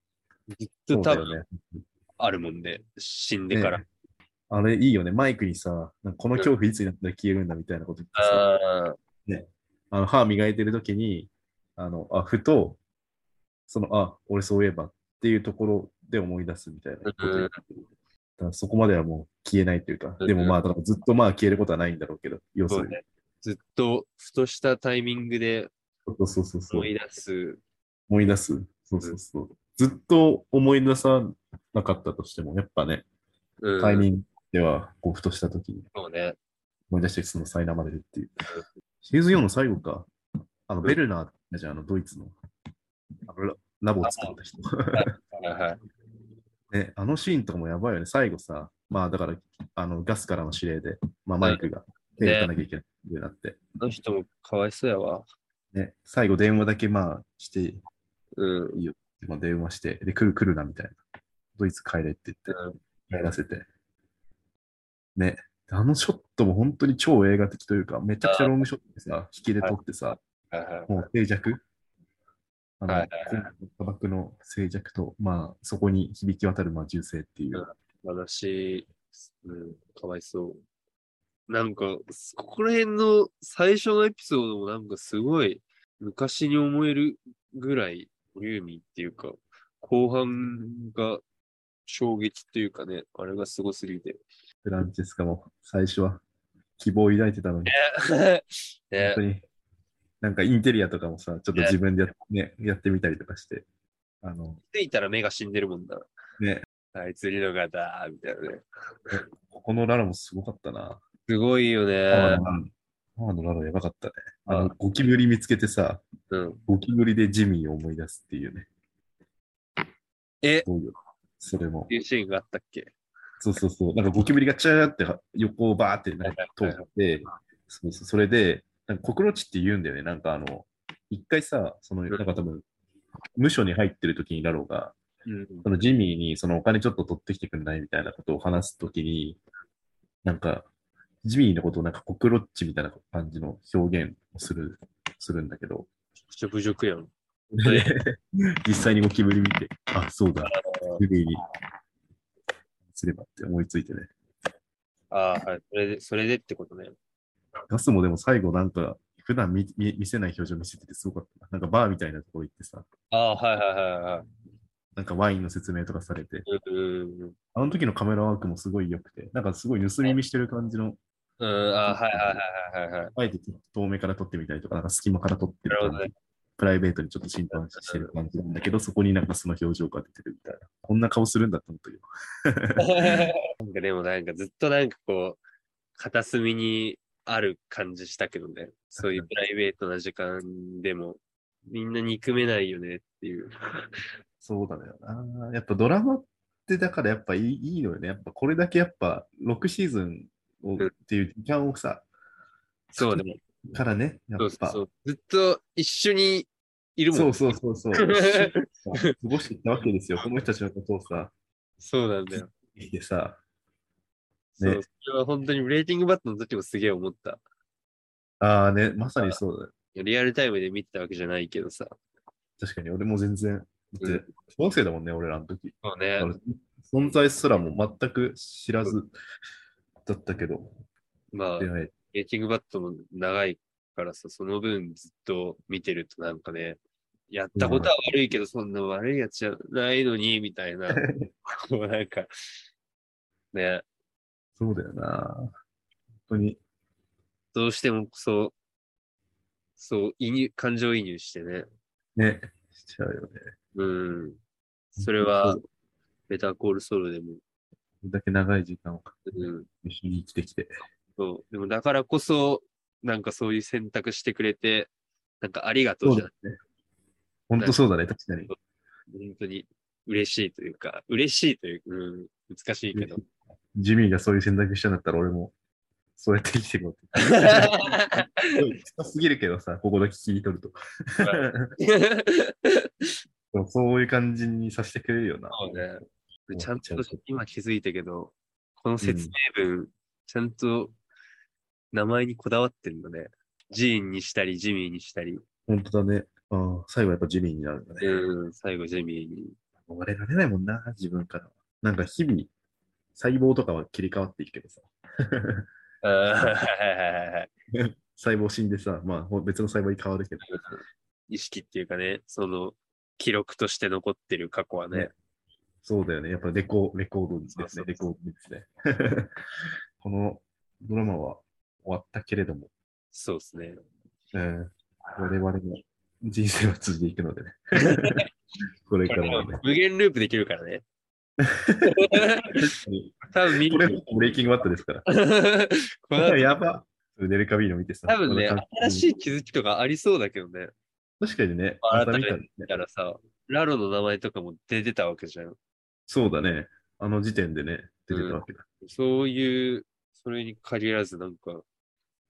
Speaker 3: ずっ
Speaker 5: そ
Speaker 3: と
Speaker 5: うだ
Speaker 3: 多
Speaker 5: よ
Speaker 3: 分
Speaker 5: ね。
Speaker 3: あるもんね。死んでから。
Speaker 5: ねあれいいよね。マイクにさ、なんかこの恐怖いつになったら消えるんだみたいなこと言ってさ、
Speaker 3: ああ、
Speaker 5: あの歯磨いてる時に、あの、あ、ふと、その、あ、俺そういえばっていうところで思い出すみたいなこと言ってるだからそこまではもう消えないというか、
Speaker 3: うん
Speaker 5: でもまあ、だからずっとまあ消えることはないんだろうけど、要す
Speaker 3: そう
Speaker 5: るに。
Speaker 3: ね。ずっと、ふとしたタイミングで
Speaker 5: そうそうそうそう
Speaker 3: 思い。出す。
Speaker 5: 思い出す。そうそうそう。ずっと思い出さなかったとしても、やっぱね、
Speaker 3: うん、
Speaker 5: タイミングでは、こう、ふとした時に
Speaker 3: そうね。
Speaker 5: 思い出して、その才能までっていう。
Speaker 2: シーズン4の最後か。あの、ベルナーってじゃんあの、ドイツの。あのララボを作った人。
Speaker 3: はい。
Speaker 2: ね、あのシーンとかもやばいよね。最後さ、まあだから、あのガスからの指令で、まあマイクが手を打たなきゃいけないようになって、
Speaker 3: あの人もかわいそうやわ。
Speaker 2: ね、最後電話だけまあして、
Speaker 3: うん。
Speaker 2: まあ、電話して、で、来る来るなみたいな。ドイツ帰れって言って、
Speaker 3: うん
Speaker 2: 帰らせて。ね、あのショットも本当に超映画的というか、めちゃくちゃロングショットでさ、引きで撮ってさ、
Speaker 3: はいはい
Speaker 2: もう静寂あの、
Speaker 3: は
Speaker 2: はい
Speaker 3: はいは
Speaker 2: 砂漠の静寂と、まあ、そこに響き渡る、まあ、銃声っていう。
Speaker 3: 私、うん、かわいそう。なんか、ここら辺の最初のエピソードもなんかすごい昔に思えるぐらいボリューミーっていうか、後半が衝撃というかね、あれがすごすぎ て。
Speaker 2: フランチェスカも最初は希望を抱いてたのに、本
Speaker 3: ね
Speaker 2: 当、に、なんかインテリアとかもさ、ちょっと自分でや,、ね、やってみたりとかして、あの、
Speaker 3: 気づいたら目が死んでるもんな。
Speaker 2: ね、
Speaker 3: あいつリノがだーみたいなね。
Speaker 2: ここのララもすごかったな。
Speaker 3: すごいよ
Speaker 2: パワーのララ
Speaker 3: ね。
Speaker 2: パワーのララやばかったね。あ
Speaker 3: う
Speaker 2: の、
Speaker 3: ん
Speaker 2: ゴキブリ見つけてさ、
Speaker 3: うん。
Speaker 2: ゴキブリでジミーを思い出すっていうね。
Speaker 3: え
Speaker 2: どういうそれも
Speaker 3: って。いうシーンがあったっけ
Speaker 2: そうそうそう。なんかゴキブリがチャーって横をバーってなんか通って、そうそうそれで、なんかコクロチって言うんだよね。なんかあの、一回さ、その、なんか多分、無所に入ってる時にだろうが、
Speaker 3: うん。
Speaker 2: そのジミーにそのお金ちょっと取ってきてくんないみたいなことを話すときに、なんか、ジミーのことをなんかコクロッチみたいな感じの表現をする、するんだけ ど、
Speaker 3: ちょ侮辱 やん。
Speaker 2: で実際にゴキブリ見て、あ、そうだ、ジミーにすればって思いついてね。
Speaker 3: ああ、はい。それで、それでってことね。
Speaker 2: ガスもでも最後なんか、普段見見見せない表情見せててすごかったな。なんかバーみたいなところ行ってさ、
Speaker 3: ああ、はいはいはいはい。
Speaker 2: なんかワインの説明とかされて、
Speaker 3: うん。うん
Speaker 2: あの時のカメラワークもすごい良くて、なんかすごい盗み見してる感じの、
Speaker 3: うん、ああ、はいはいはいはいはい。
Speaker 2: あえて遠目から撮ってみたりとか、なんか隙間から撮ってる
Speaker 3: なる
Speaker 2: 感じ
Speaker 3: ほどね
Speaker 2: プライベートにちょっと心配してる感じなんだけど、そこになんかその表情が出てるみたいな。こんな顔するんだと思ったけど。
Speaker 3: なんかでもなんかずっとなんかこう、片隅にある感じしたけどね。そういうプライベートな時間でも、みんな憎めないよねっていう。
Speaker 2: そうだよな。やっぱドラマってだからやっぱいいいいのよね。やっぱこれだけやっぱ6シーズンを
Speaker 3: うん
Speaker 2: っていう時間をさ、
Speaker 3: そうね。
Speaker 2: からね、やっ
Speaker 3: そうそう
Speaker 2: ぱ。
Speaker 3: そう。ずっと一緒にいるもん。
Speaker 2: そうそうそうそう。過ごしてきたわけ ですよ。この人たちのことをさ、
Speaker 3: そうなんだよ。
Speaker 2: 見てさ、
Speaker 3: そう。
Speaker 2: ね
Speaker 3: それは本当にブレーティングバットの時もすげえ思った。
Speaker 2: ああね、まさにそうだよ。
Speaker 3: リアルタイムで見てたわけじゃないけどさ。
Speaker 2: 確かに俺も全然、だって
Speaker 3: うん
Speaker 2: 小学生だもんね、俺らの時。
Speaker 3: そうね。
Speaker 2: 存在すらも全く知らずだったけど、
Speaker 3: まあ、
Speaker 2: 出会え
Speaker 3: ゲーティングバットも長いからさ、その分ずっと見てるとなんかね、やったことは悪いけど、そんな悪いやつじゃないのに、みたい な。こうなんか、ね、
Speaker 2: そうだよな。本当に、
Speaker 3: どうしてもそう、そう、移入、感情移入してね。
Speaker 2: ね、しちゃうよね。
Speaker 3: うん。それは、ベターコールソウルでも、
Speaker 2: これだけ長い時間を
Speaker 3: うん。
Speaker 2: 一緒に生きてきて。
Speaker 3: そう。でもだからこそ、なんかそういう選択してくれて、なんかありがとうじゃん。
Speaker 2: ね。本当そうだね、確かに。
Speaker 3: 本当に嬉しいというか、嬉しいというか、うん、難しいけど。
Speaker 2: ジミーがそういう選択したんだったら俺も、そうやって生きていこうって。すごい深すぎるけどさ、ここだけ切り取ると。でも そういう感じにさせてくれるよな。
Speaker 3: そうね。
Speaker 2: ん
Speaker 3: ちゃんと今気づいたけど、この説明文、ちゃんと名前にこだわってるのね。ジーンにしたり、ジミーにしたり、
Speaker 2: 本当だね。あー最後やっぱジミーになるんだね。
Speaker 3: うん、最後ジミーに。
Speaker 2: 逃れられないもんな、自分からは。なんか日々、細胞とかは切り替わっていくけどさ。
Speaker 3: あーはいはいはいはい
Speaker 2: 細胞死んでさ、まあほ別の細胞に変わるけど。
Speaker 3: 意識っていうかね、その、記録として残ってる過去はね
Speaker 2: ね。そうだよね。やっぱレコレコードですね。
Speaker 3: そうそう
Speaker 2: レコードですね。 このドラマは終わったけれども、
Speaker 3: そうですね。
Speaker 2: うん我々の人生は続いていくの でね。これ
Speaker 3: こ
Speaker 2: か
Speaker 3: れ
Speaker 2: ら
Speaker 3: も
Speaker 2: もね。
Speaker 3: 無限ループできるから ね。多分みん
Speaker 2: これ
Speaker 3: な、
Speaker 2: もブレイキングバットですから。
Speaker 3: この
Speaker 2: あ
Speaker 3: 後
Speaker 2: やば。デルカビーノ見てさ。
Speaker 3: 多分ね
Speaker 2: まだ、
Speaker 3: 新しい気づきとかありそうだけどね。
Speaker 2: 確かにね、
Speaker 3: 改
Speaker 2: また
Speaker 3: め
Speaker 2: 見
Speaker 3: て
Speaker 2: たら
Speaker 3: 見
Speaker 2: ね
Speaker 3: たらさ、ラロの名前とかも出てたわけじゃん。
Speaker 2: そうだね。あの時点でね、出てたわけだ。
Speaker 3: そういう、それに限らずなんか、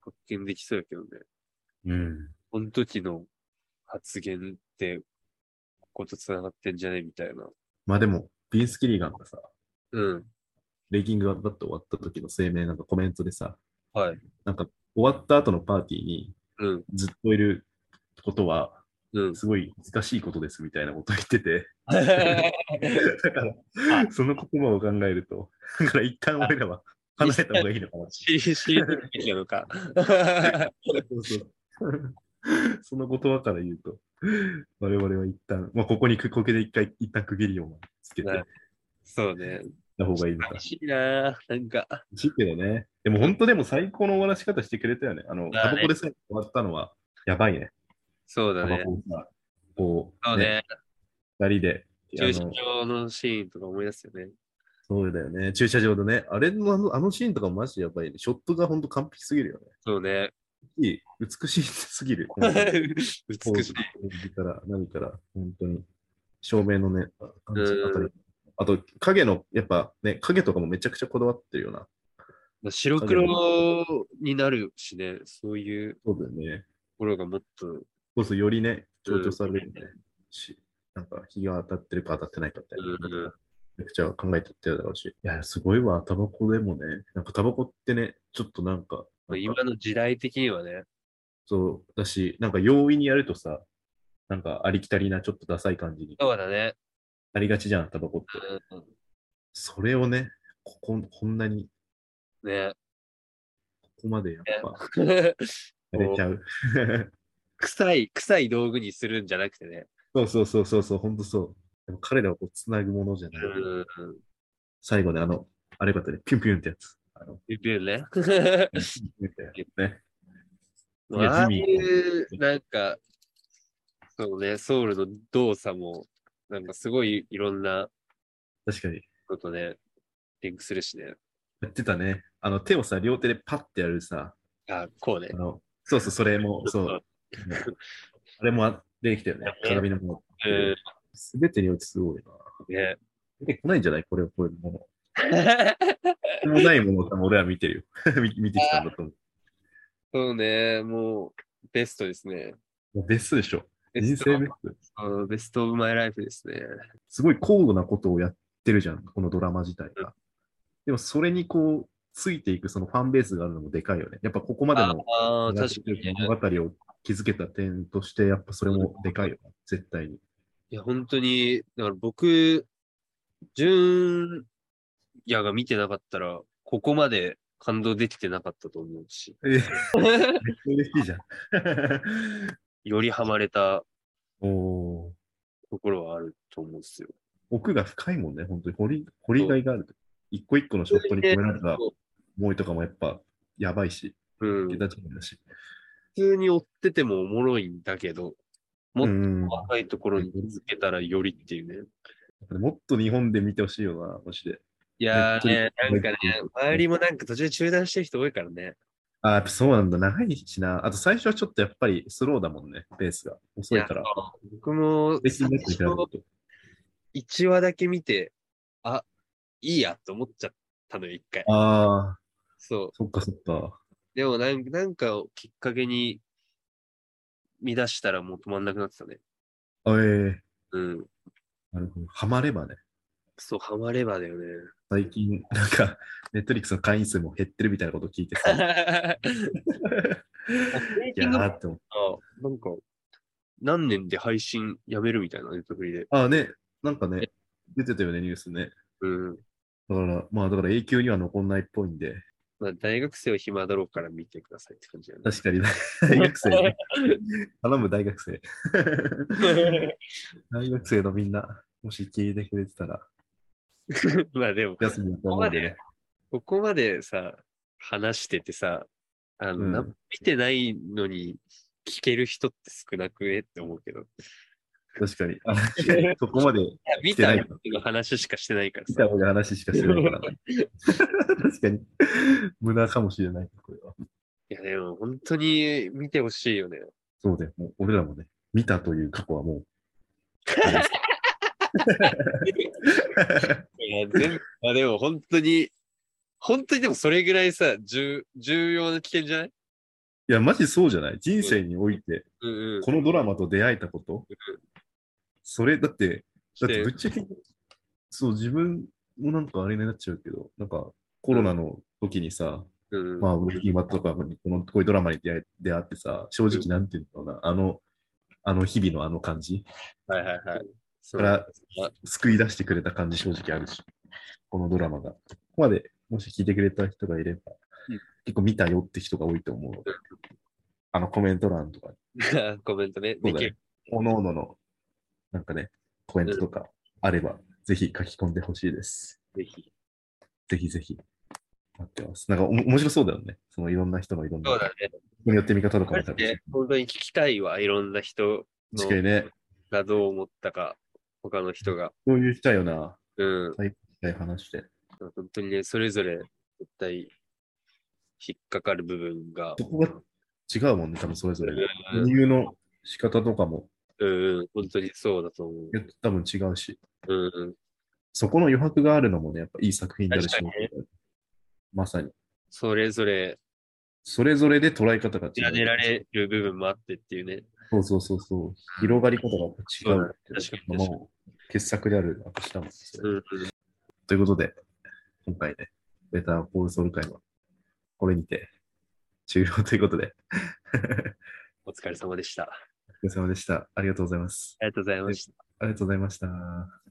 Speaker 3: 発見できそうだけどね。
Speaker 2: うん。
Speaker 3: この時の発言って、ここと繋がってんじゃねみたいな。
Speaker 2: まあでも、ビンス・キリガンがさ、
Speaker 3: うん。
Speaker 2: レイキングがバッと終わった時の声明なんかコメントでさ、
Speaker 3: はい。
Speaker 2: なんか終わった後のパーティーに
Speaker 3: うん。
Speaker 2: ずっといることは、
Speaker 3: うん。
Speaker 2: すごい難しいことですみたいなことを言ってて、だから
Speaker 3: あ、
Speaker 2: その言葉を考えると、だから一旦俺らは離れた方がいいのかな。
Speaker 3: 知り、知りたいなのか。
Speaker 2: そうそう その言葉から言うと、我々は一旦、まあ、ここにくこけで一回、一旦区切りをつけて
Speaker 3: な
Speaker 2: や
Speaker 3: るそうね。
Speaker 2: った方がいいのか
Speaker 3: 楽。しいななんか、
Speaker 2: 欲しいけどね。でも本当でも最高の終わらし方してくれたよね。あの、
Speaker 3: まあ
Speaker 2: タ
Speaker 3: ね
Speaker 2: バコでさえ終わったのは、やばいね。
Speaker 3: そう
Speaker 2: タ
Speaker 3: だ
Speaker 2: バ
Speaker 3: ね
Speaker 2: コ。をさ、こ
Speaker 3: そう
Speaker 2: う、ね
Speaker 3: ね。
Speaker 2: 二、人で。
Speaker 3: 駐
Speaker 2: あ
Speaker 3: 車
Speaker 2: の
Speaker 3: 場のシーンとか思い出すよね。
Speaker 2: そうだよね。駐車場でね。あれのあのあのシーンとかマジやばいね。ショットが本当完璧すぎるよね。
Speaker 3: そう ね。
Speaker 2: いい美しすぎ る。なんか
Speaker 3: 美し
Speaker 2: ポーズ
Speaker 3: い。
Speaker 2: から何から、本当に、照明のね、あ感じ
Speaker 3: うん
Speaker 2: あたりあと、影の、やっぱね、影とかもめちゃくちゃこだわってるよな。
Speaker 3: 白黒になるしね、そういうと
Speaker 2: そうだよね。
Speaker 3: ころがもっと、
Speaker 2: こそよりね、強調されるよね。し、なんか日が当たってるか当たってないかみたいな。
Speaker 3: うん
Speaker 2: めちゃくちゃ考えてってるだろうし。いや、すごいわ、タバコでもね、なんかタバコってね、ちょっとなんか、なんか
Speaker 3: 今の時代的にはね、
Speaker 2: そう、だし、なんか容易にやるとさ、なんかありきたりな、ちょっとダサい感じに
Speaker 3: そうだね。
Speaker 2: なりがちじゃん、タバコって。
Speaker 3: うん
Speaker 2: それをね、こここんなに、
Speaker 3: ね。
Speaker 2: ここまでやっぱ、や
Speaker 3: ね
Speaker 2: れちゃう。
Speaker 3: 臭い、臭い道具にするんじゃなくてね。
Speaker 2: そうそうそうそうそう、ほんとそう。でも彼らをこう繋ぐものじゃない。
Speaker 3: うん。
Speaker 2: 最後ね、あの、あれよかったね、ピュンピュンってやつ。あの、
Speaker 3: ビビるね。
Speaker 2: ピュンピュンってやつね。いや
Speaker 3: ああい
Speaker 2: ジミー
Speaker 3: う、なんか、そうね、ソウルの動作も、なんかすごいいろんな
Speaker 2: 確かに。
Speaker 3: ことね、リンクするしね。
Speaker 2: やってたね。あの、手をさ、両手でパッてやるさ、
Speaker 3: あこうね
Speaker 2: あ。の、そうそう、それも、そう。あれもあできたよね。鏡のもの。
Speaker 3: う
Speaker 2: すべてにおいてすごいな。
Speaker 3: ん。ね。
Speaker 2: 出てこないんじゃないこれを超えるもの。 これもないものを多分俺は見てるよ。 見見てきたんだと思
Speaker 3: そうね、もう、ベストですね。
Speaker 2: う。もうベストでしょ。
Speaker 3: ベ
Speaker 2: 人
Speaker 3: スト
Speaker 2: 生ベスト。
Speaker 3: うんベストオブマイライフですね。
Speaker 2: すごい高度なことをやってるじゃん、このドラマ自体が。でもそれにこう、ついていくそのファンベースがあるのもでかいよね。やっぱここまでの
Speaker 3: ああ、
Speaker 2: やっ
Speaker 3: 確
Speaker 2: て
Speaker 3: かに、
Speaker 2: る
Speaker 3: ね。
Speaker 2: 物語を築けた点として、やっぱそれもでかいよね、絶対に。
Speaker 3: いや、本当に、だから僕、純也が見てなかったら、ここまで感動できてなかったと思うし、
Speaker 2: えめっちゃ嬉しいじゃん。
Speaker 3: よりハマれた
Speaker 2: おー
Speaker 3: ところはあると思うんですよ。
Speaker 2: 奥が深いもんね、本当に掘り、掘りがいがある。一個一個のショットに込められた思いとかもやっぱやばいし、
Speaker 3: うん、
Speaker 2: 桁
Speaker 3: 普
Speaker 2: 違いだし。
Speaker 3: 通に追っててもおもろいんだけど、もっ
Speaker 2: うん
Speaker 3: と若いところに気づけたらよりっていうね。
Speaker 2: もっと日本で見てほしいよな、マジで。
Speaker 3: いやーね、な
Speaker 2: め
Speaker 3: ん
Speaker 2: っち
Speaker 3: か
Speaker 2: ゃ
Speaker 3: ね、周りもなんか途中で中断してる人多いからね。
Speaker 2: あーやっぱそうなんだ。長いしな。あと最初はちょっとやっぱりスローだもんね、ペースが。遅いから
Speaker 3: い。や僕も
Speaker 2: 別にやつ
Speaker 3: 最
Speaker 2: に比
Speaker 3: 初
Speaker 2: べると
Speaker 3: 1話だけ見て、あ、いいやと思っちゃったのよ、一回。
Speaker 2: ああ、
Speaker 3: そう。
Speaker 2: そっかそっか。
Speaker 3: でもなんか、なんかをきっかけに見出したらもう止まんなくなってたね。
Speaker 2: あええ
Speaker 3: うん。
Speaker 2: なるほど。ハマればね。
Speaker 3: そう、ハマればだよね。
Speaker 2: 最近、なんか、ネットリックスの会員数も減ってるみたいなこと聞 いてさ。いやーって思って。
Speaker 3: あなんか、何年で配信やめるみたいなネットフリで。
Speaker 2: ああね、なんかね、出てたよね、ニュースね。
Speaker 3: うん。
Speaker 2: だから、まあだから永久には残んないっぽいんで、
Speaker 3: まあ、大学生は暇だろうから見てくださいって感じ だよね。
Speaker 2: 確かに大学生、ね、頼む大学生。 大学生のみんな、もし聞いてくれてたら、
Speaker 3: まあでも、
Speaker 2: 休みだと思うんでね。
Speaker 3: ここまでさ、話しててさ、あの、
Speaker 2: うん
Speaker 3: 何も見てないのに聞ける人って少なくねって思うけど。い
Speaker 2: 確かに。あ 確かにそこまで
Speaker 3: や見
Speaker 2: てな
Speaker 3: た
Speaker 2: い
Speaker 3: 人の話しかしてないから
Speaker 2: 見
Speaker 3: さ。
Speaker 2: た方が話しかしてないからな。確かに。無駄かもしれない、これは。
Speaker 3: いや、でも本当に見てほしいよね。
Speaker 2: そうで、もう俺らもね、見たという過去は もう。
Speaker 3: いや、全部、まあでも本当に、本当にでもそれぐらいさ、重重要な危険じゃない
Speaker 2: いや、マジそうじゃない人生において、
Speaker 3: うんうん。
Speaker 2: このドラマと出会えたこと、それ、だって、だってぶっちゃけ、そう、自分もなんかあれになっちゃうけど、なんかコロナの時にさ、
Speaker 3: うんうん
Speaker 2: まあ、ブレイキングバッドとかに、このこういうドラマに出会い出会ってさ、正直なんていうのかな、あの、あの日々のあの感じ
Speaker 3: はいはいはい。そ
Speaker 2: か
Speaker 3: う
Speaker 2: ら
Speaker 3: あ
Speaker 2: 救い出してくれた感じ正直あるし、このドラマが。ここまでもし聞いてくれた人がいれば
Speaker 3: うん、
Speaker 2: 結構見たよって人が多いと思うので、あのコメント欄とか、
Speaker 3: コメントね。
Speaker 2: そう
Speaker 3: で
Speaker 2: だ
Speaker 3: き
Speaker 2: ね
Speaker 3: る。
Speaker 2: おのおのの、なんかね、コメントとかあれば、ぜひ書き込んでほしいです。
Speaker 3: ぜひ。
Speaker 2: ぜひぜひ。待ってます。なんかおも面白そうだよね。そのいろんな人のいろんな
Speaker 3: そうだね。
Speaker 2: 人によって見方とかも
Speaker 3: マジで本当に聞きたいわ。いろんな人
Speaker 2: 確かに
Speaker 3: の
Speaker 2: ね、
Speaker 3: がどう思ったか、他の人が。
Speaker 2: そういう人よな。
Speaker 3: うん。
Speaker 2: はい、話して。
Speaker 3: 本当にね、それぞれ絶対引っかかる部分が。
Speaker 2: そこが違うもんね、多分それぞれ。
Speaker 3: うん
Speaker 2: 理由の仕方とかも
Speaker 3: うんうん、本当にそうだと思う。
Speaker 2: 多分違うし、
Speaker 3: うんうん、
Speaker 2: そこの余白があるのもね、やっぱいい作品であるし、
Speaker 3: 確かに
Speaker 2: まさに。
Speaker 3: それぞれ
Speaker 2: それぞれで捉え方が違
Speaker 3: や
Speaker 2: う。
Speaker 3: ねられる部分もあってっていうね。
Speaker 2: そうそうそうそう。広がり方が違うってい
Speaker 3: そうだね
Speaker 2: う
Speaker 3: 確かに
Speaker 2: のも傑作である証だもんね、
Speaker 3: うんうん、
Speaker 2: ということで、今回ね、ベターコールソウル会は、これにて終了ということで、
Speaker 3: お疲れ様でした。あ
Speaker 2: お疲れ様でした。ありがとうございます。
Speaker 3: りがとうございました。
Speaker 2: ありがとうございました。